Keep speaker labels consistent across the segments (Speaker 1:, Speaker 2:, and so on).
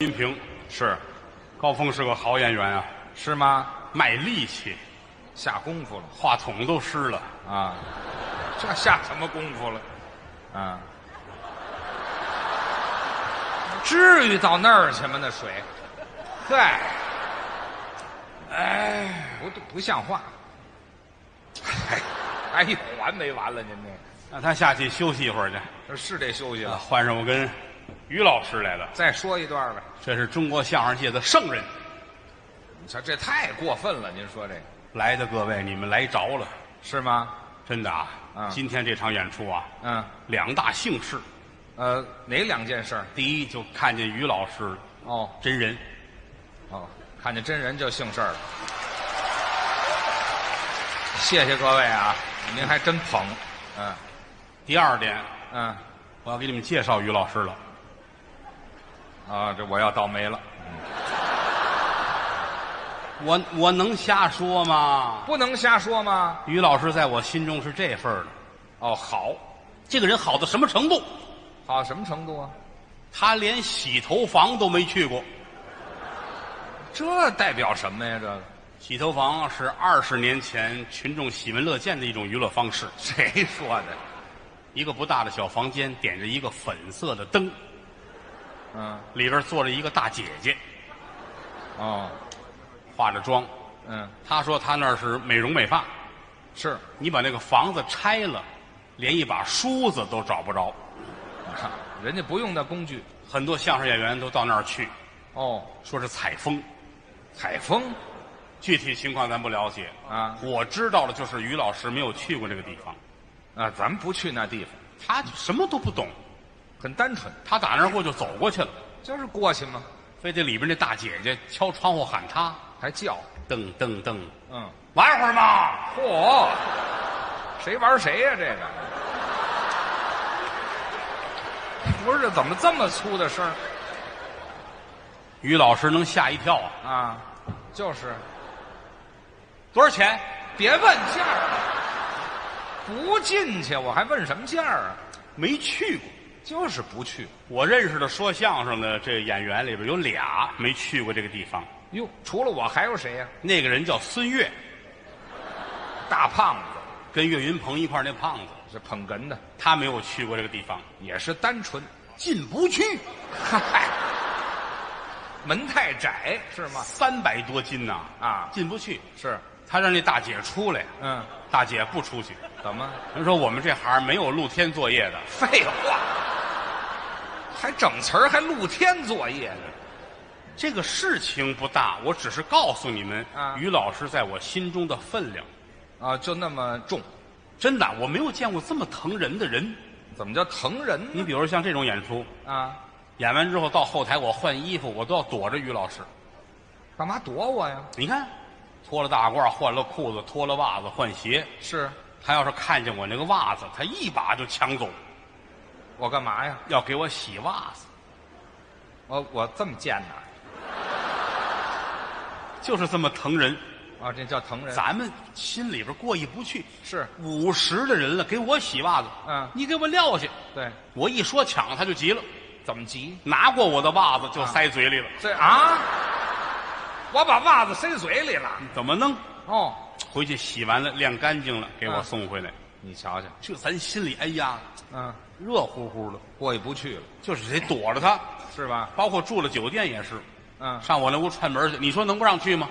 Speaker 1: 金平是，高峰是个好演员啊，
Speaker 2: 是吗？
Speaker 1: 卖力气，
Speaker 2: 下功夫了
Speaker 1: 话筒都湿了。
Speaker 2: 啊，这下什么功夫了？啊，至于到那儿去吗？那水，嗨，哎，不不像话。哎，还有完没完了？您
Speaker 1: 那他下去休息一会儿去。
Speaker 2: 这是得休息了。
Speaker 1: 换上我跟于老师来了，
Speaker 2: 再说一段吧。
Speaker 1: 这是中国相声界的圣人
Speaker 2: 你瞧，这太过分了。您说这个
Speaker 1: 来的各位，你们来着了，
Speaker 2: 是吗？
Speaker 1: 真的啊！
Speaker 2: 嗯
Speaker 1: 今天这场演出啊，
Speaker 2: 嗯，
Speaker 1: 两大幸事，
Speaker 2: 呃，哪两件事儿？
Speaker 1: 第一就看见于老师
Speaker 2: 哦
Speaker 1: 真人，
Speaker 2: 哦，看见真人就姓事儿了。谢谢各位啊，您还真捧，嗯
Speaker 1: 第二点
Speaker 2: 嗯，
Speaker 1: 我要给你们介绍于老师了。
Speaker 2: 啊，这我要倒霉了，
Speaker 1: 我我能瞎说吗？
Speaker 2: 不能瞎说吗？
Speaker 1: 于老师在我心中是这份儿的，
Speaker 2: 哦，好，
Speaker 1: 这个人好到什么程度？
Speaker 2: 好到什么程度啊？
Speaker 1: 他连洗头房都没去过。
Speaker 2: 这代表什么呀？这个
Speaker 1: 洗头房是二十年前群众喜闻乐见的一种娱乐方式，
Speaker 2: 谁说的？
Speaker 1: 一个不大的小房间，点着一个粉色的灯，
Speaker 2: 嗯，
Speaker 1: 里边坐着一个大姐姐，
Speaker 2: 哦，
Speaker 1: 化着妆。
Speaker 2: 嗯，
Speaker 1: 她说她那儿是美容美发，
Speaker 2: 是，
Speaker 1: 你把那个房子拆了，连一把梳子都找不着。
Speaker 2: 啊人家不用那工具。
Speaker 1: 很多相声演员都到那儿去，
Speaker 2: 哦，
Speaker 1: 说是采风，
Speaker 2: 采风
Speaker 1: 具体情况咱不了解。
Speaker 2: 啊
Speaker 1: 我知道的就是于老师没有去过这个地方，
Speaker 2: 啊，咱们不去那地方，
Speaker 1: 他什么都不懂，
Speaker 2: 很单纯，
Speaker 1: 他打那儿过就走过去了。
Speaker 2: 就是过去嘛，
Speaker 1: 非得里边那大姐姐敲窗户喊他，
Speaker 2: 还叫，
Speaker 1: 噔噔噔，
Speaker 2: 嗯。
Speaker 1: 玩会儿嘛。
Speaker 2: 嚯，谁玩谁呀、这个不是怎么这么粗的声儿
Speaker 1: 于老师能吓一跳啊！
Speaker 2: 啊？就是，
Speaker 1: 多少钱？
Speaker 2: 别问价儿，不进去我还问什么价儿啊？
Speaker 1: 没去过。
Speaker 2: 就是不去。
Speaker 1: 我认识的说相声的这演员里边有俩没去过这个地方，
Speaker 2: 哟，除了我还有谁呀、
Speaker 1: 那个人叫孙越，
Speaker 2: 大胖子，
Speaker 1: 跟岳云鹏一块儿那胖子，
Speaker 2: 这捧哏的
Speaker 1: 他没有去过这个地方，
Speaker 2: 也是单纯，
Speaker 1: 进不去，
Speaker 2: 嗨，门太窄是吗？
Speaker 1: 三百多斤呐
Speaker 2: 啊
Speaker 1: 进不去。
Speaker 2: 是，
Speaker 1: 他让那大姐出来，
Speaker 2: 嗯，
Speaker 1: 大姐不出去。
Speaker 2: 怎么？
Speaker 1: 人说我们这行没有露天作业的，
Speaker 2: 废话，还整词儿，还露天作业呢。
Speaker 1: 这个事情不大，我只是告诉你们，
Speaker 2: 啊
Speaker 1: 于老师在我心中的分量，
Speaker 2: 啊，就那么重，
Speaker 1: 真的，我没有见过这么疼人的人。
Speaker 2: 怎么叫疼人
Speaker 1: 你
Speaker 2: 呢？
Speaker 1: 比如像这种演出，
Speaker 2: 啊，
Speaker 1: 演完之后到后台我换衣服，我都要躲着于老师。
Speaker 2: 干嘛躲我呀？
Speaker 1: 你看，脱了大褂，换了裤子，脱了袜子，换鞋。
Speaker 2: 是
Speaker 1: 他要是看见我那个袜子，他一把就抢走，
Speaker 2: 我干嘛呀？
Speaker 1: 要给我洗袜子，
Speaker 2: 我我这么贱呐？
Speaker 1: 就是这么疼人。
Speaker 2: 啊，这叫疼人。
Speaker 1: 咱们心里边过意不去。
Speaker 2: 是？
Speaker 1: 五十的人了，给我洗袜子，
Speaker 2: 嗯
Speaker 1: 你给我撂下。
Speaker 2: 对，
Speaker 1: 我一说抢，他就急了。
Speaker 2: 怎么急？
Speaker 1: 拿过我的袜子就塞嘴里了，
Speaker 2: 这啊，我把袜子塞嘴里了。
Speaker 1: 怎么弄？
Speaker 2: 哦，
Speaker 1: 回去洗完了，晾干净了，给我
Speaker 2: 啊
Speaker 1: 送回来。
Speaker 2: 你瞧瞧，
Speaker 1: 这咱心里哎呀，
Speaker 2: 嗯，
Speaker 1: 热乎乎的，
Speaker 2: 过意不去了，
Speaker 1: 就是得躲着他。
Speaker 2: 是吧？
Speaker 1: 包括住了酒店也是，
Speaker 2: 嗯，
Speaker 1: 上我那屋串门去，你说能不让去吗？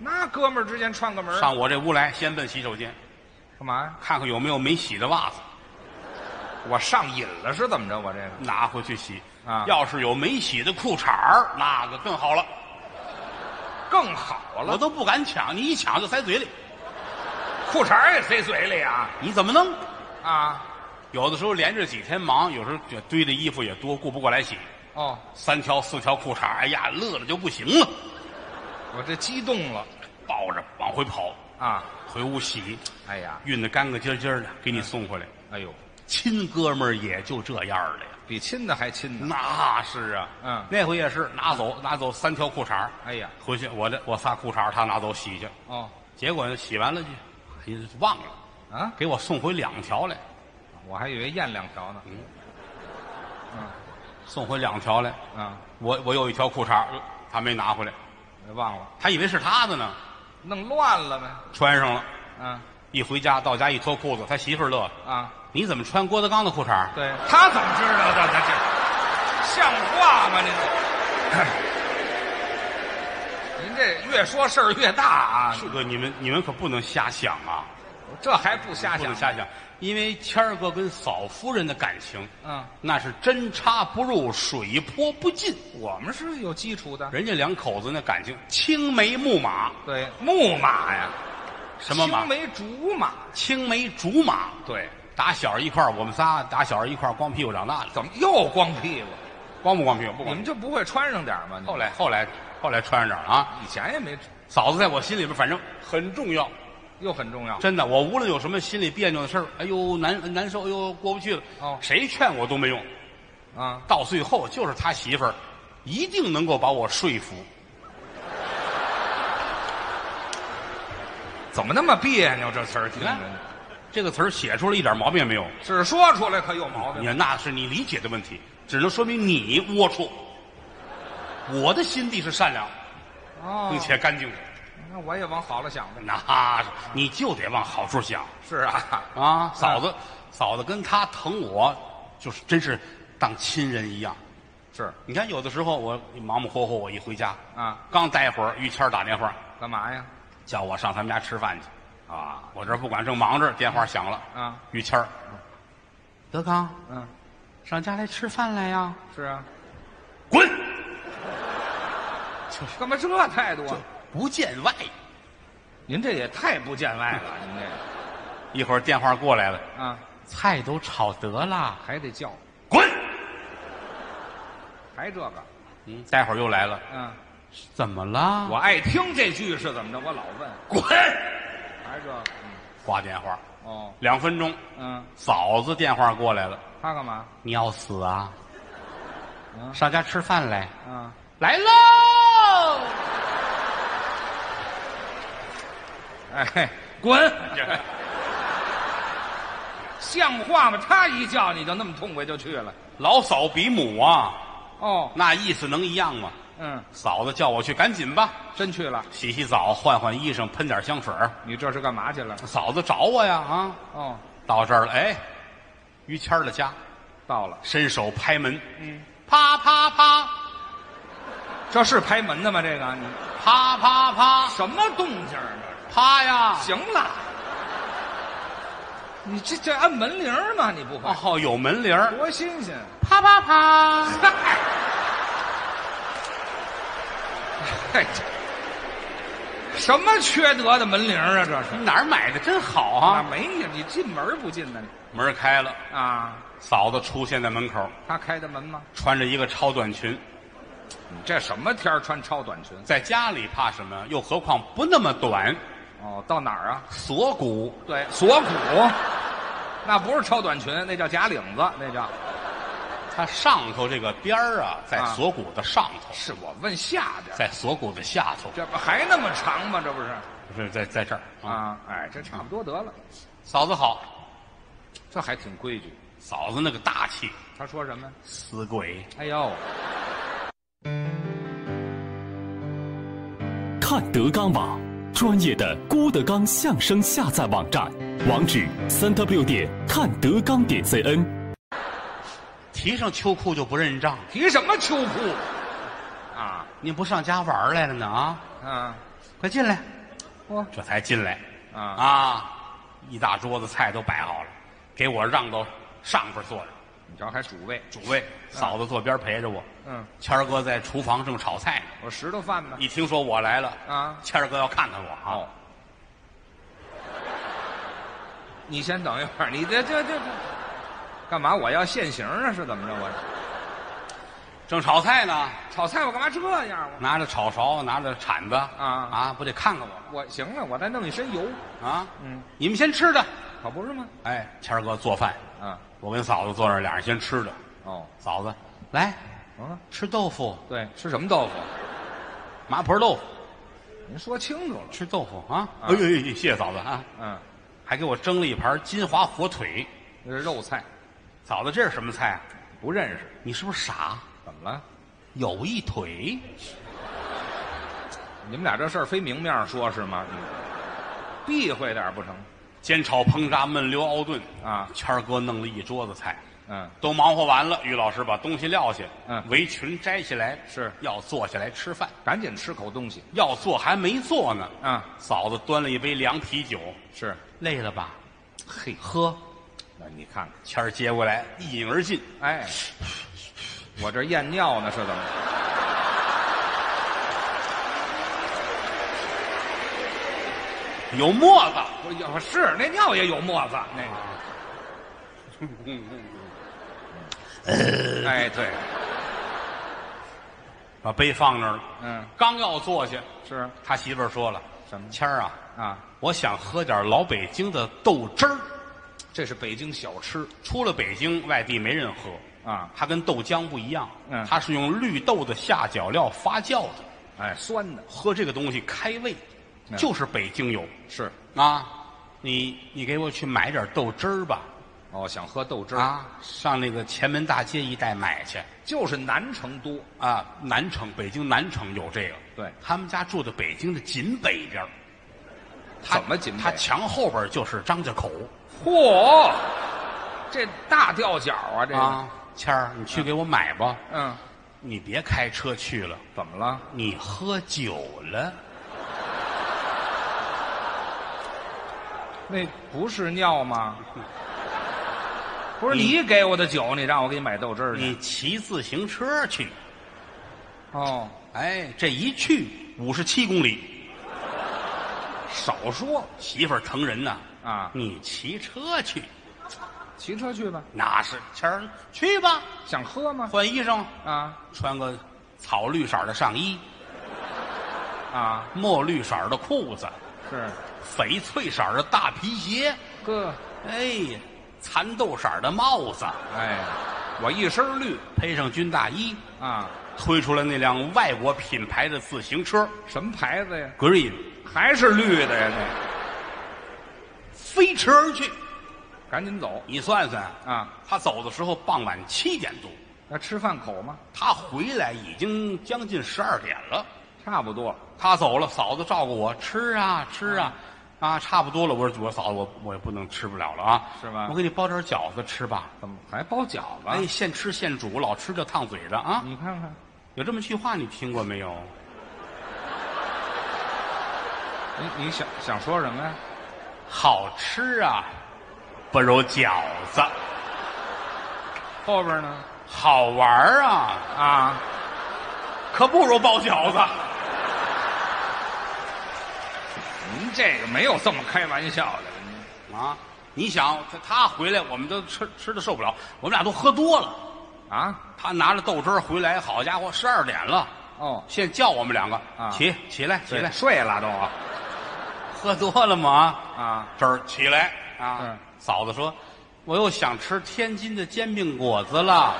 Speaker 2: 那哥们儿之间串个门儿
Speaker 1: 上我这屋来，先奔洗手间，
Speaker 2: 干嘛呀？
Speaker 1: 看看有没有没洗的袜子，
Speaker 2: 我上瘾了是怎么着？我这个
Speaker 1: 拿回去洗。
Speaker 2: 啊
Speaker 1: 要是有没洗的裤衩儿，那个更好了，
Speaker 2: 更好
Speaker 1: 我
Speaker 2: 了，
Speaker 1: 都不敢抢，你一抢就塞嘴里，
Speaker 2: 裤衩儿也塞嘴里啊
Speaker 1: 你怎么弄？
Speaker 2: 啊！
Speaker 1: 有的时候连着几天忙，有时候就堆的衣服也多，顾不过来洗。
Speaker 2: 哦，
Speaker 1: 三条四条裤衩，哎呀，乐的就不行了，
Speaker 2: 我这激动了
Speaker 1: 抱着往回跑，
Speaker 2: 啊！
Speaker 1: 回屋洗，
Speaker 2: 哎呀，
Speaker 1: 熨得干干净净的，给你送回来。
Speaker 2: 哎呦，
Speaker 1: 亲哥们儿也就这样了呀。
Speaker 2: 比亲的还亲呢。
Speaker 1: 那是啊，
Speaker 2: 嗯
Speaker 1: 那回也是拿走拿走三条裤衩儿
Speaker 2: 哎呀，
Speaker 1: 回去我这我仨裤衩儿他拿走洗去，
Speaker 2: 哦，
Speaker 1: 结果洗完了就，哎呀忘了，
Speaker 2: 啊，
Speaker 1: 给我送回两条来，
Speaker 2: 我还以为验两条呢。嗯，
Speaker 1: 送回两条来。
Speaker 2: 啊，
Speaker 1: 我我有一条裤衩，他没拿回来，
Speaker 2: 忘了，
Speaker 1: 他以为是他的呢，
Speaker 2: 弄乱了呗。
Speaker 1: 穿上了。
Speaker 2: 嗯
Speaker 1: 一回家到家一脱裤子，他媳妇儿乐了
Speaker 2: 啊，：“
Speaker 1: 你怎么穿郭德纲的裤衩
Speaker 2: 对他怎么知道的？他这像话吗？您这， 您这越说事儿越大啊！”
Speaker 1: 这个你们你们可不能瞎想啊，
Speaker 2: 这还不瞎
Speaker 1: 不能
Speaker 2: 想？
Speaker 1: 瞎想，因为谦儿哥跟嫂夫人的感情，
Speaker 2: 嗯，
Speaker 1: 那是针插不入，水泼不进。
Speaker 2: 我们是有基础的。
Speaker 1: 人家两口子那感情青梅木马，
Speaker 2: 对，木马呀，
Speaker 1: 什么马
Speaker 2: 青？梅竹马。
Speaker 1: 青梅竹马。
Speaker 2: 对，
Speaker 1: 打小一块儿，我们仨打小一块儿光屁股长大的，
Speaker 2: 怎么又光屁股？
Speaker 1: 光不光屁股？不
Speaker 2: 你
Speaker 1: 光
Speaker 2: 们
Speaker 1: 屁
Speaker 2: 就不会穿上点儿吗？你
Speaker 1: 股。
Speaker 2: 们
Speaker 1: 后来后来后来穿上点儿了啊！
Speaker 2: 以前也没，
Speaker 1: 嫂子在我心里边反正很重要，
Speaker 2: 又很重要。
Speaker 1: 真的，我无论有什么心里别扭的事儿，哎呦难难受，哎呦过不去了，
Speaker 2: 哦
Speaker 1: 谁劝我都没用。
Speaker 2: 啊，
Speaker 1: 到最后就是他媳妇儿，一定能够把我说服。
Speaker 2: 怎么那么别扭？这词儿听
Speaker 1: 你看
Speaker 2: 着，
Speaker 1: 这个词儿写出来一点毛病也没有，
Speaker 2: 只说出来可有毛
Speaker 1: 你
Speaker 2: 病。
Speaker 1: 看那是你理解的问题，只能说明你龌龊。我的心地是善良
Speaker 2: 哦
Speaker 1: 并且干净的，
Speaker 2: 那我也往好了想呗。
Speaker 1: 那是你就得往好处想
Speaker 2: 是啊，
Speaker 1: 啊！嫂子，嫂子跟他疼我，就是真是当亲人一样。
Speaker 2: 是
Speaker 1: 你看，有的时候我忙忙活活，我一回家，
Speaker 2: 啊，
Speaker 1: 刚待会儿，于谦儿打电话
Speaker 2: 干嘛呀？
Speaker 1: 叫我上他们家吃饭去，啊，我这不管正忙着，电话响了，
Speaker 2: 啊，
Speaker 1: 于谦儿，德刚
Speaker 2: 嗯，
Speaker 1: 上家来吃饭来呀，
Speaker 2: 是啊，
Speaker 1: 滚，
Speaker 2: 干嘛哎这态度啊？
Speaker 1: 不见外。
Speaker 2: 您这也太不见外 了，您这
Speaker 1: 一会儿电话过来了，
Speaker 2: 啊，
Speaker 1: 菜都炒得了，
Speaker 2: 还得叫，
Speaker 1: 滚。
Speaker 2: 还这个，
Speaker 1: 嗯，待会儿又来了，
Speaker 2: 嗯，
Speaker 1: 怎么了
Speaker 2: 我爱听这句是怎么着？我老问，
Speaker 1: 滚，
Speaker 2: 还这个，
Speaker 1: 挂电话，
Speaker 2: 嗯，哦，
Speaker 1: 两分钟，
Speaker 2: 嗯，
Speaker 1: 嫂子电话过来了，
Speaker 2: 他干嘛？
Speaker 1: 你要死啊？
Speaker 2: 嗯
Speaker 1: 上家吃饭来，
Speaker 2: 啊，
Speaker 1: 来喽。
Speaker 2: 哎，滚，像话吗？他一叫你就那么痛快就去了？
Speaker 1: 老嫂比母啊，
Speaker 2: 哦，
Speaker 1: 那意思能一样吗？
Speaker 2: 嗯，
Speaker 1: 嫂子叫我去，赶紧吧，
Speaker 2: 真去了，
Speaker 1: 洗洗澡，换换衣裳，喷点香水儿
Speaker 2: 你这是干嘛去了？
Speaker 1: 嫂子找我呀啊！
Speaker 2: 哦，
Speaker 1: 到这儿了，哎，于谦儿的家，
Speaker 2: 到了，
Speaker 1: 伸手拍门，
Speaker 2: 嗯，
Speaker 1: 啪啪啪，
Speaker 2: 这是拍门的吗？这个你
Speaker 1: 啪啪啪，
Speaker 2: 什么动静儿这是？
Speaker 1: 啪呀！
Speaker 2: 行了，你这这按门铃儿吗？你不会？
Speaker 1: 哦，有门铃儿，
Speaker 2: 多新鲜！
Speaker 1: 啪啪啪，
Speaker 2: 嗨，这 什么缺德的门铃儿啊？这是
Speaker 1: 哪儿买的真好
Speaker 2: 啊，
Speaker 1: 啊！
Speaker 2: 没有你进门儿不进呢？你
Speaker 1: 门儿开了，
Speaker 2: 啊，
Speaker 1: 嫂子出现在门口，
Speaker 2: 他开的门吗？
Speaker 1: 穿着一个超短裙，
Speaker 2: 你这什么天儿穿超短裙？
Speaker 1: 在家里怕什么？又何况不那么短，
Speaker 2: 哦，到哪儿啊？
Speaker 1: 锁骨
Speaker 2: 对，锁骨，那不是超短裙，那叫假领子，那叫。
Speaker 1: 它上头这个边儿啊，在
Speaker 2: 啊
Speaker 1: 锁骨的上头，
Speaker 2: 是我问下边儿，
Speaker 1: 在锁骨的下头，
Speaker 2: 这不还那么长吗？这不是
Speaker 1: 不是在在这儿啊。
Speaker 2: 啊？哎，这差不多得了。
Speaker 1: 嫂子好，
Speaker 2: 这还挺规矩。
Speaker 1: 嫂子那个大气，
Speaker 2: 他说什么？
Speaker 1: 死鬼。
Speaker 2: 哎呦，
Speaker 3: 看德纲网，专业的郭德纲相声下载网站，网址三 w 点看德纲点 cn。
Speaker 1: 提上秋裤就不认账，
Speaker 2: 提什么秋裤？啊
Speaker 1: 你不上家玩儿来了呢啊？
Speaker 2: 啊，
Speaker 1: 快进来，
Speaker 2: 我
Speaker 1: 这才进来
Speaker 2: 哦啊
Speaker 1: 啊！一大桌子菜都摆好了，给我让到上边坐着，
Speaker 2: 你瞧还主位，
Speaker 1: 主位嫂子坐边陪着我，
Speaker 2: 嗯，
Speaker 1: 谦儿哥在厨房正炒菜呢。
Speaker 2: 我石头饭呢
Speaker 1: 一听说我来了，
Speaker 2: 啊。
Speaker 1: 谦儿哥要看看我啊，
Speaker 2: 哦，你先等一会儿，你这这这这干嘛？我要现形啊？是怎么着？我
Speaker 1: 正炒菜呢，
Speaker 2: 炒菜我干嘛这样？啊
Speaker 1: 拿着炒勺，拿着铲子啊啊，不得看看我
Speaker 2: 我我行了，我再弄一身油。
Speaker 1: 啊？
Speaker 2: 嗯，
Speaker 1: 你们先吃的，
Speaker 2: 可不是吗？
Speaker 1: 哎，谦儿哥做饭，
Speaker 2: 啊
Speaker 1: 我跟嫂子坐那儿，俩人先吃的。
Speaker 2: 哦，
Speaker 1: 嫂子，来
Speaker 2: 嗯，
Speaker 1: 吃豆腐，
Speaker 2: 对，吃什么豆腐？
Speaker 1: 麻婆豆腐，
Speaker 2: 您说清楚了。
Speaker 1: 吃豆腐啊！
Speaker 2: 啊
Speaker 1: 哎呦，哎呦谢谢嫂子啊！
Speaker 2: 嗯，
Speaker 1: 还给我蒸了一盘金华火腿。
Speaker 2: 这是肉菜。
Speaker 1: 嫂子，这是什么菜啊？
Speaker 2: 不认识，
Speaker 1: 你是不是傻？
Speaker 2: 怎么了？
Speaker 1: 有一腿，
Speaker 2: 你们俩这事儿非明面说是吗？你避讳点儿不成？
Speaker 1: 煎炒烹炸焖溜熬炖
Speaker 2: 啊
Speaker 1: 谦儿哥弄了一桌子菜，
Speaker 2: 嗯，
Speaker 1: 都忙活完了，于老师把东西撂下，
Speaker 2: 嗯
Speaker 1: 围裙摘下来，
Speaker 2: 是
Speaker 1: 要坐下来吃饭，
Speaker 2: 赶紧吃口东西
Speaker 1: 要坐还没坐呢。
Speaker 2: 啊！
Speaker 1: 嫂子端了一杯凉啤酒，
Speaker 2: 是，
Speaker 1: 累了吧？
Speaker 2: 嘿，
Speaker 1: 喝。
Speaker 2: 那你看看，
Speaker 1: 谦儿接过来，一饮而尽。
Speaker 2: 哎，我这验尿呢是怎么？
Speaker 1: 有沫子，
Speaker 2: 我有是那尿也有沫子，那个，哎对，
Speaker 1: 把杯放那儿了。
Speaker 2: 嗯
Speaker 1: 刚要坐下，
Speaker 2: 是
Speaker 1: 他媳妇儿说了：“
Speaker 2: 什么
Speaker 1: 谦儿啊，
Speaker 2: 啊，
Speaker 1: 我想喝点老北京的豆汁儿。
Speaker 2: 这是北京小吃
Speaker 1: 出了北京，外地没人喝。
Speaker 2: 啊，
Speaker 1: 它跟豆浆不一样，
Speaker 2: 嗯
Speaker 1: 它是用绿豆的下脚料发酵的。
Speaker 2: 哎酸的
Speaker 1: 喝这个东西开胃，
Speaker 2: 嗯
Speaker 1: 就是北京有
Speaker 2: 是
Speaker 1: 啊。你你给我去买点豆汁儿吧，
Speaker 2: 哦，想喝豆汁儿
Speaker 1: 啊，上那个前门大街一带买去
Speaker 2: 就是南成都
Speaker 1: 啊。南城，北京南城有这个。
Speaker 2: 对
Speaker 1: 他们家住在北京的紧北边儿他
Speaker 2: 怎么紧北啊
Speaker 1: 他墙后边就是张家口
Speaker 2: 嚯，这大吊脚啊，这个、
Speaker 1: 啊。谦儿，你去给我买吧。
Speaker 2: 嗯，
Speaker 1: 你别开车去了，
Speaker 2: 怎么了？
Speaker 1: 你喝酒了。
Speaker 2: 那不是尿 吗？不是你给我的酒，你让我给你买豆汁儿去
Speaker 1: 你骑自行车去。
Speaker 2: 哦，
Speaker 1: 哎，这一去五十七公里，
Speaker 2: 少说
Speaker 1: 媳妇儿疼人呐。
Speaker 2: 啊，
Speaker 1: 你骑车去，
Speaker 2: 骑车去吧，
Speaker 1: 那是谦儿去吧，
Speaker 2: 想喝吗？
Speaker 1: 换衣裳，
Speaker 2: 啊
Speaker 1: 穿个草绿色的上衣，
Speaker 2: 啊，
Speaker 1: 墨绿色的裤子，
Speaker 2: 是
Speaker 1: 翡翠色的大皮鞋，
Speaker 2: 哥，
Speaker 1: 哎，蚕豆色的帽子，
Speaker 2: 哎，我一身绿
Speaker 1: 配上军大衣，
Speaker 2: 啊，
Speaker 1: 推出来那辆外国品牌的自行车
Speaker 2: 什么牌子呀？
Speaker 1: ，Green，
Speaker 2: 还是绿的呀？那
Speaker 1: 飞驰而去。
Speaker 2: 赶紧走
Speaker 1: 你算算，
Speaker 2: 啊！
Speaker 1: 他走的时候傍晚七点多，
Speaker 2: 那吃饭口吗？
Speaker 1: 他回来已经将近十二点了。
Speaker 2: 差不多了
Speaker 1: 他走了，嫂子照顾我吃啊吃啊，啊，差不多了。我说我嫂子，我我也不能吃不了了啊，
Speaker 2: 嗯是吧啊
Speaker 1: 我给你包点饺子吃吧。
Speaker 2: 怎么还包饺子？
Speaker 1: 哎，现吃现煮，老吃这烫嘴的啊。
Speaker 2: 你看看，
Speaker 1: 有这么句话你听过没有？
Speaker 2: 你你想想说什么呀？
Speaker 1: 好吃啊，不如饺子；
Speaker 2: 后边呢？
Speaker 1: 好玩儿啊，
Speaker 2: 啊，
Speaker 1: 可不如包饺子。
Speaker 2: 您这个没有这么开玩笑的。
Speaker 1: 啊，你想他他回来，我们都吃吃的受不了，我们俩都喝多了。
Speaker 2: 啊，
Speaker 1: 他拿着豆汁儿回来，好家伙，十二点了，
Speaker 2: 哦，
Speaker 1: 现在叫我们两个、
Speaker 2: 啊
Speaker 1: 起起来起
Speaker 2: 起
Speaker 1: 来
Speaker 2: 来，睡了都
Speaker 1: 喝多了吗？
Speaker 2: 啊，
Speaker 1: 这儿起来啊！
Speaker 2: 嗯
Speaker 1: 嫂子说，我又想吃天津的煎饼果子了，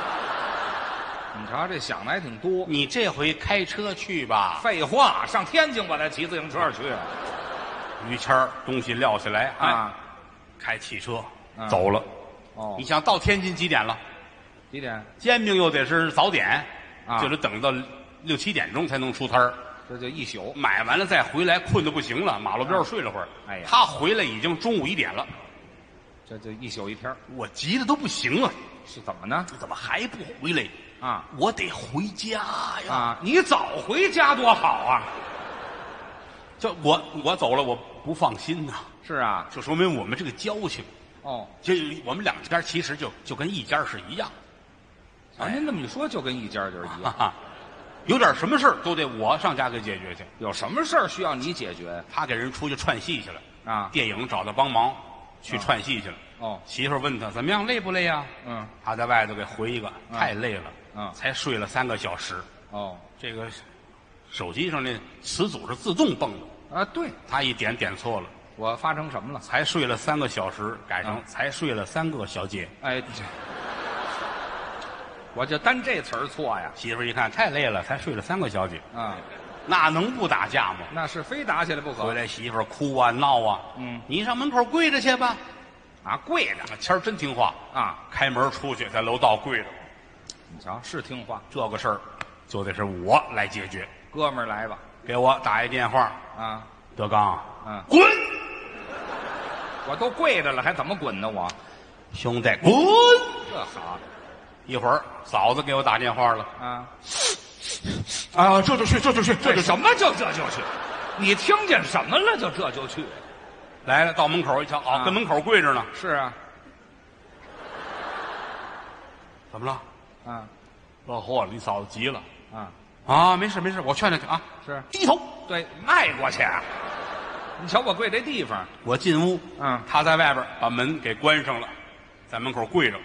Speaker 2: 你瞧这想的还挺多。
Speaker 1: 你这回开车去吧。
Speaker 2: 废话，上天津我才骑自行车去
Speaker 1: 于谦儿东西撂下来，哎，
Speaker 2: 啊。
Speaker 1: 开汽车、
Speaker 2: 嗯
Speaker 1: 走了。
Speaker 2: 哦
Speaker 1: 你，想到天津几点了？
Speaker 2: 几点？
Speaker 1: 煎饼又得是早点，
Speaker 2: 啊
Speaker 1: 就得等到六七点钟才能出摊儿。
Speaker 2: 这就一宿。
Speaker 1: 买完了再回来，困得不行了，马路边儿睡了会儿。
Speaker 2: 哎呀
Speaker 1: 他回来已经中午一点了，
Speaker 2: 这就一宿一天儿
Speaker 1: 我急得都不行了，
Speaker 2: 是怎么呢？
Speaker 1: 你怎么还不回来？
Speaker 2: 啊
Speaker 1: 我得回家呀！
Speaker 2: 啊！你早回家多好啊！
Speaker 1: 这我我走了，我不放心呐、
Speaker 2: 是啊，
Speaker 1: 这说明我们这个交情，
Speaker 2: 哦，
Speaker 1: 这我们两家其实就就跟一家是一样，哎
Speaker 2: 啊，您这么一说，就跟一家就是一
Speaker 1: 哈
Speaker 2: 样。
Speaker 1: 哈。有点什么事儿都得我上家给解决去。
Speaker 2: 有什么事儿需要你解决
Speaker 1: 他给人出去串戏去了，
Speaker 2: 啊？
Speaker 1: 电影找他帮忙，去串戏去了。
Speaker 2: 哦，
Speaker 1: 媳妇儿问他怎么样，累不累呀、
Speaker 2: 嗯，
Speaker 1: 他在外头给回一个，
Speaker 2: 嗯
Speaker 1: 太累了，
Speaker 2: 嗯
Speaker 1: 才睡了三个小时。
Speaker 2: 哦，
Speaker 1: 这个手机上那词组是自动蹦的，
Speaker 2: 啊，对，
Speaker 1: 他一点点错了，
Speaker 2: 我发成什么了？
Speaker 1: 才睡了三个小时，改成
Speaker 2: 嗯
Speaker 1: 才睡了三个小姐。
Speaker 2: 哎， 这我就单这词儿错呀。
Speaker 1: 媳妇儿一看太累了，才睡了三个小姐，
Speaker 2: 啊，
Speaker 1: 那能不打架吗？
Speaker 2: 那是非打起来不
Speaker 1: 回
Speaker 2: 可。
Speaker 1: 来媳妇儿哭啊闹啊，
Speaker 2: 嗯，
Speaker 1: 你上门口跪着去吧。
Speaker 2: 啊，跪着
Speaker 1: 谦儿真听话，
Speaker 2: 啊，
Speaker 1: 开门出去，在楼道跪着，
Speaker 2: 你瞧，是听话，
Speaker 1: 这个事儿就得是我来解决。
Speaker 2: 哥们儿来吧，
Speaker 1: 给我打一电话，
Speaker 2: 啊，
Speaker 1: 德刚，
Speaker 2: 嗯
Speaker 1: 滚，
Speaker 2: 我都跪着了，还怎么滚呢？我
Speaker 1: 兄弟，滚！
Speaker 2: 这好
Speaker 1: 一会儿嫂子给我打电话了，
Speaker 2: 啊，
Speaker 1: 啊，这就去，这就去，这
Speaker 2: 这
Speaker 1: 就去
Speaker 2: 什么就这就去？你听见什么了？就这就去？
Speaker 1: 来了，到门口一瞧，啊，
Speaker 2: 啊
Speaker 1: 跟门口跪着呢，
Speaker 2: 是啊，
Speaker 1: 怎么了？
Speaker 2: 啊
Speaker 1: 落货了，你嫂子急了
Speaker 2: 啊，
Speaker 1: 啊，没事没事，我劝劝你啊，
Speaker 2: 是
Speaker 1: 低头。
Speaker 2: 对，迈过去啊。你瞧我跪这地方，
Speaker 1: 我进屋，
Speaker 2: 嗯
Speaker 1: 他在外边把门给关上了，在门口跪着，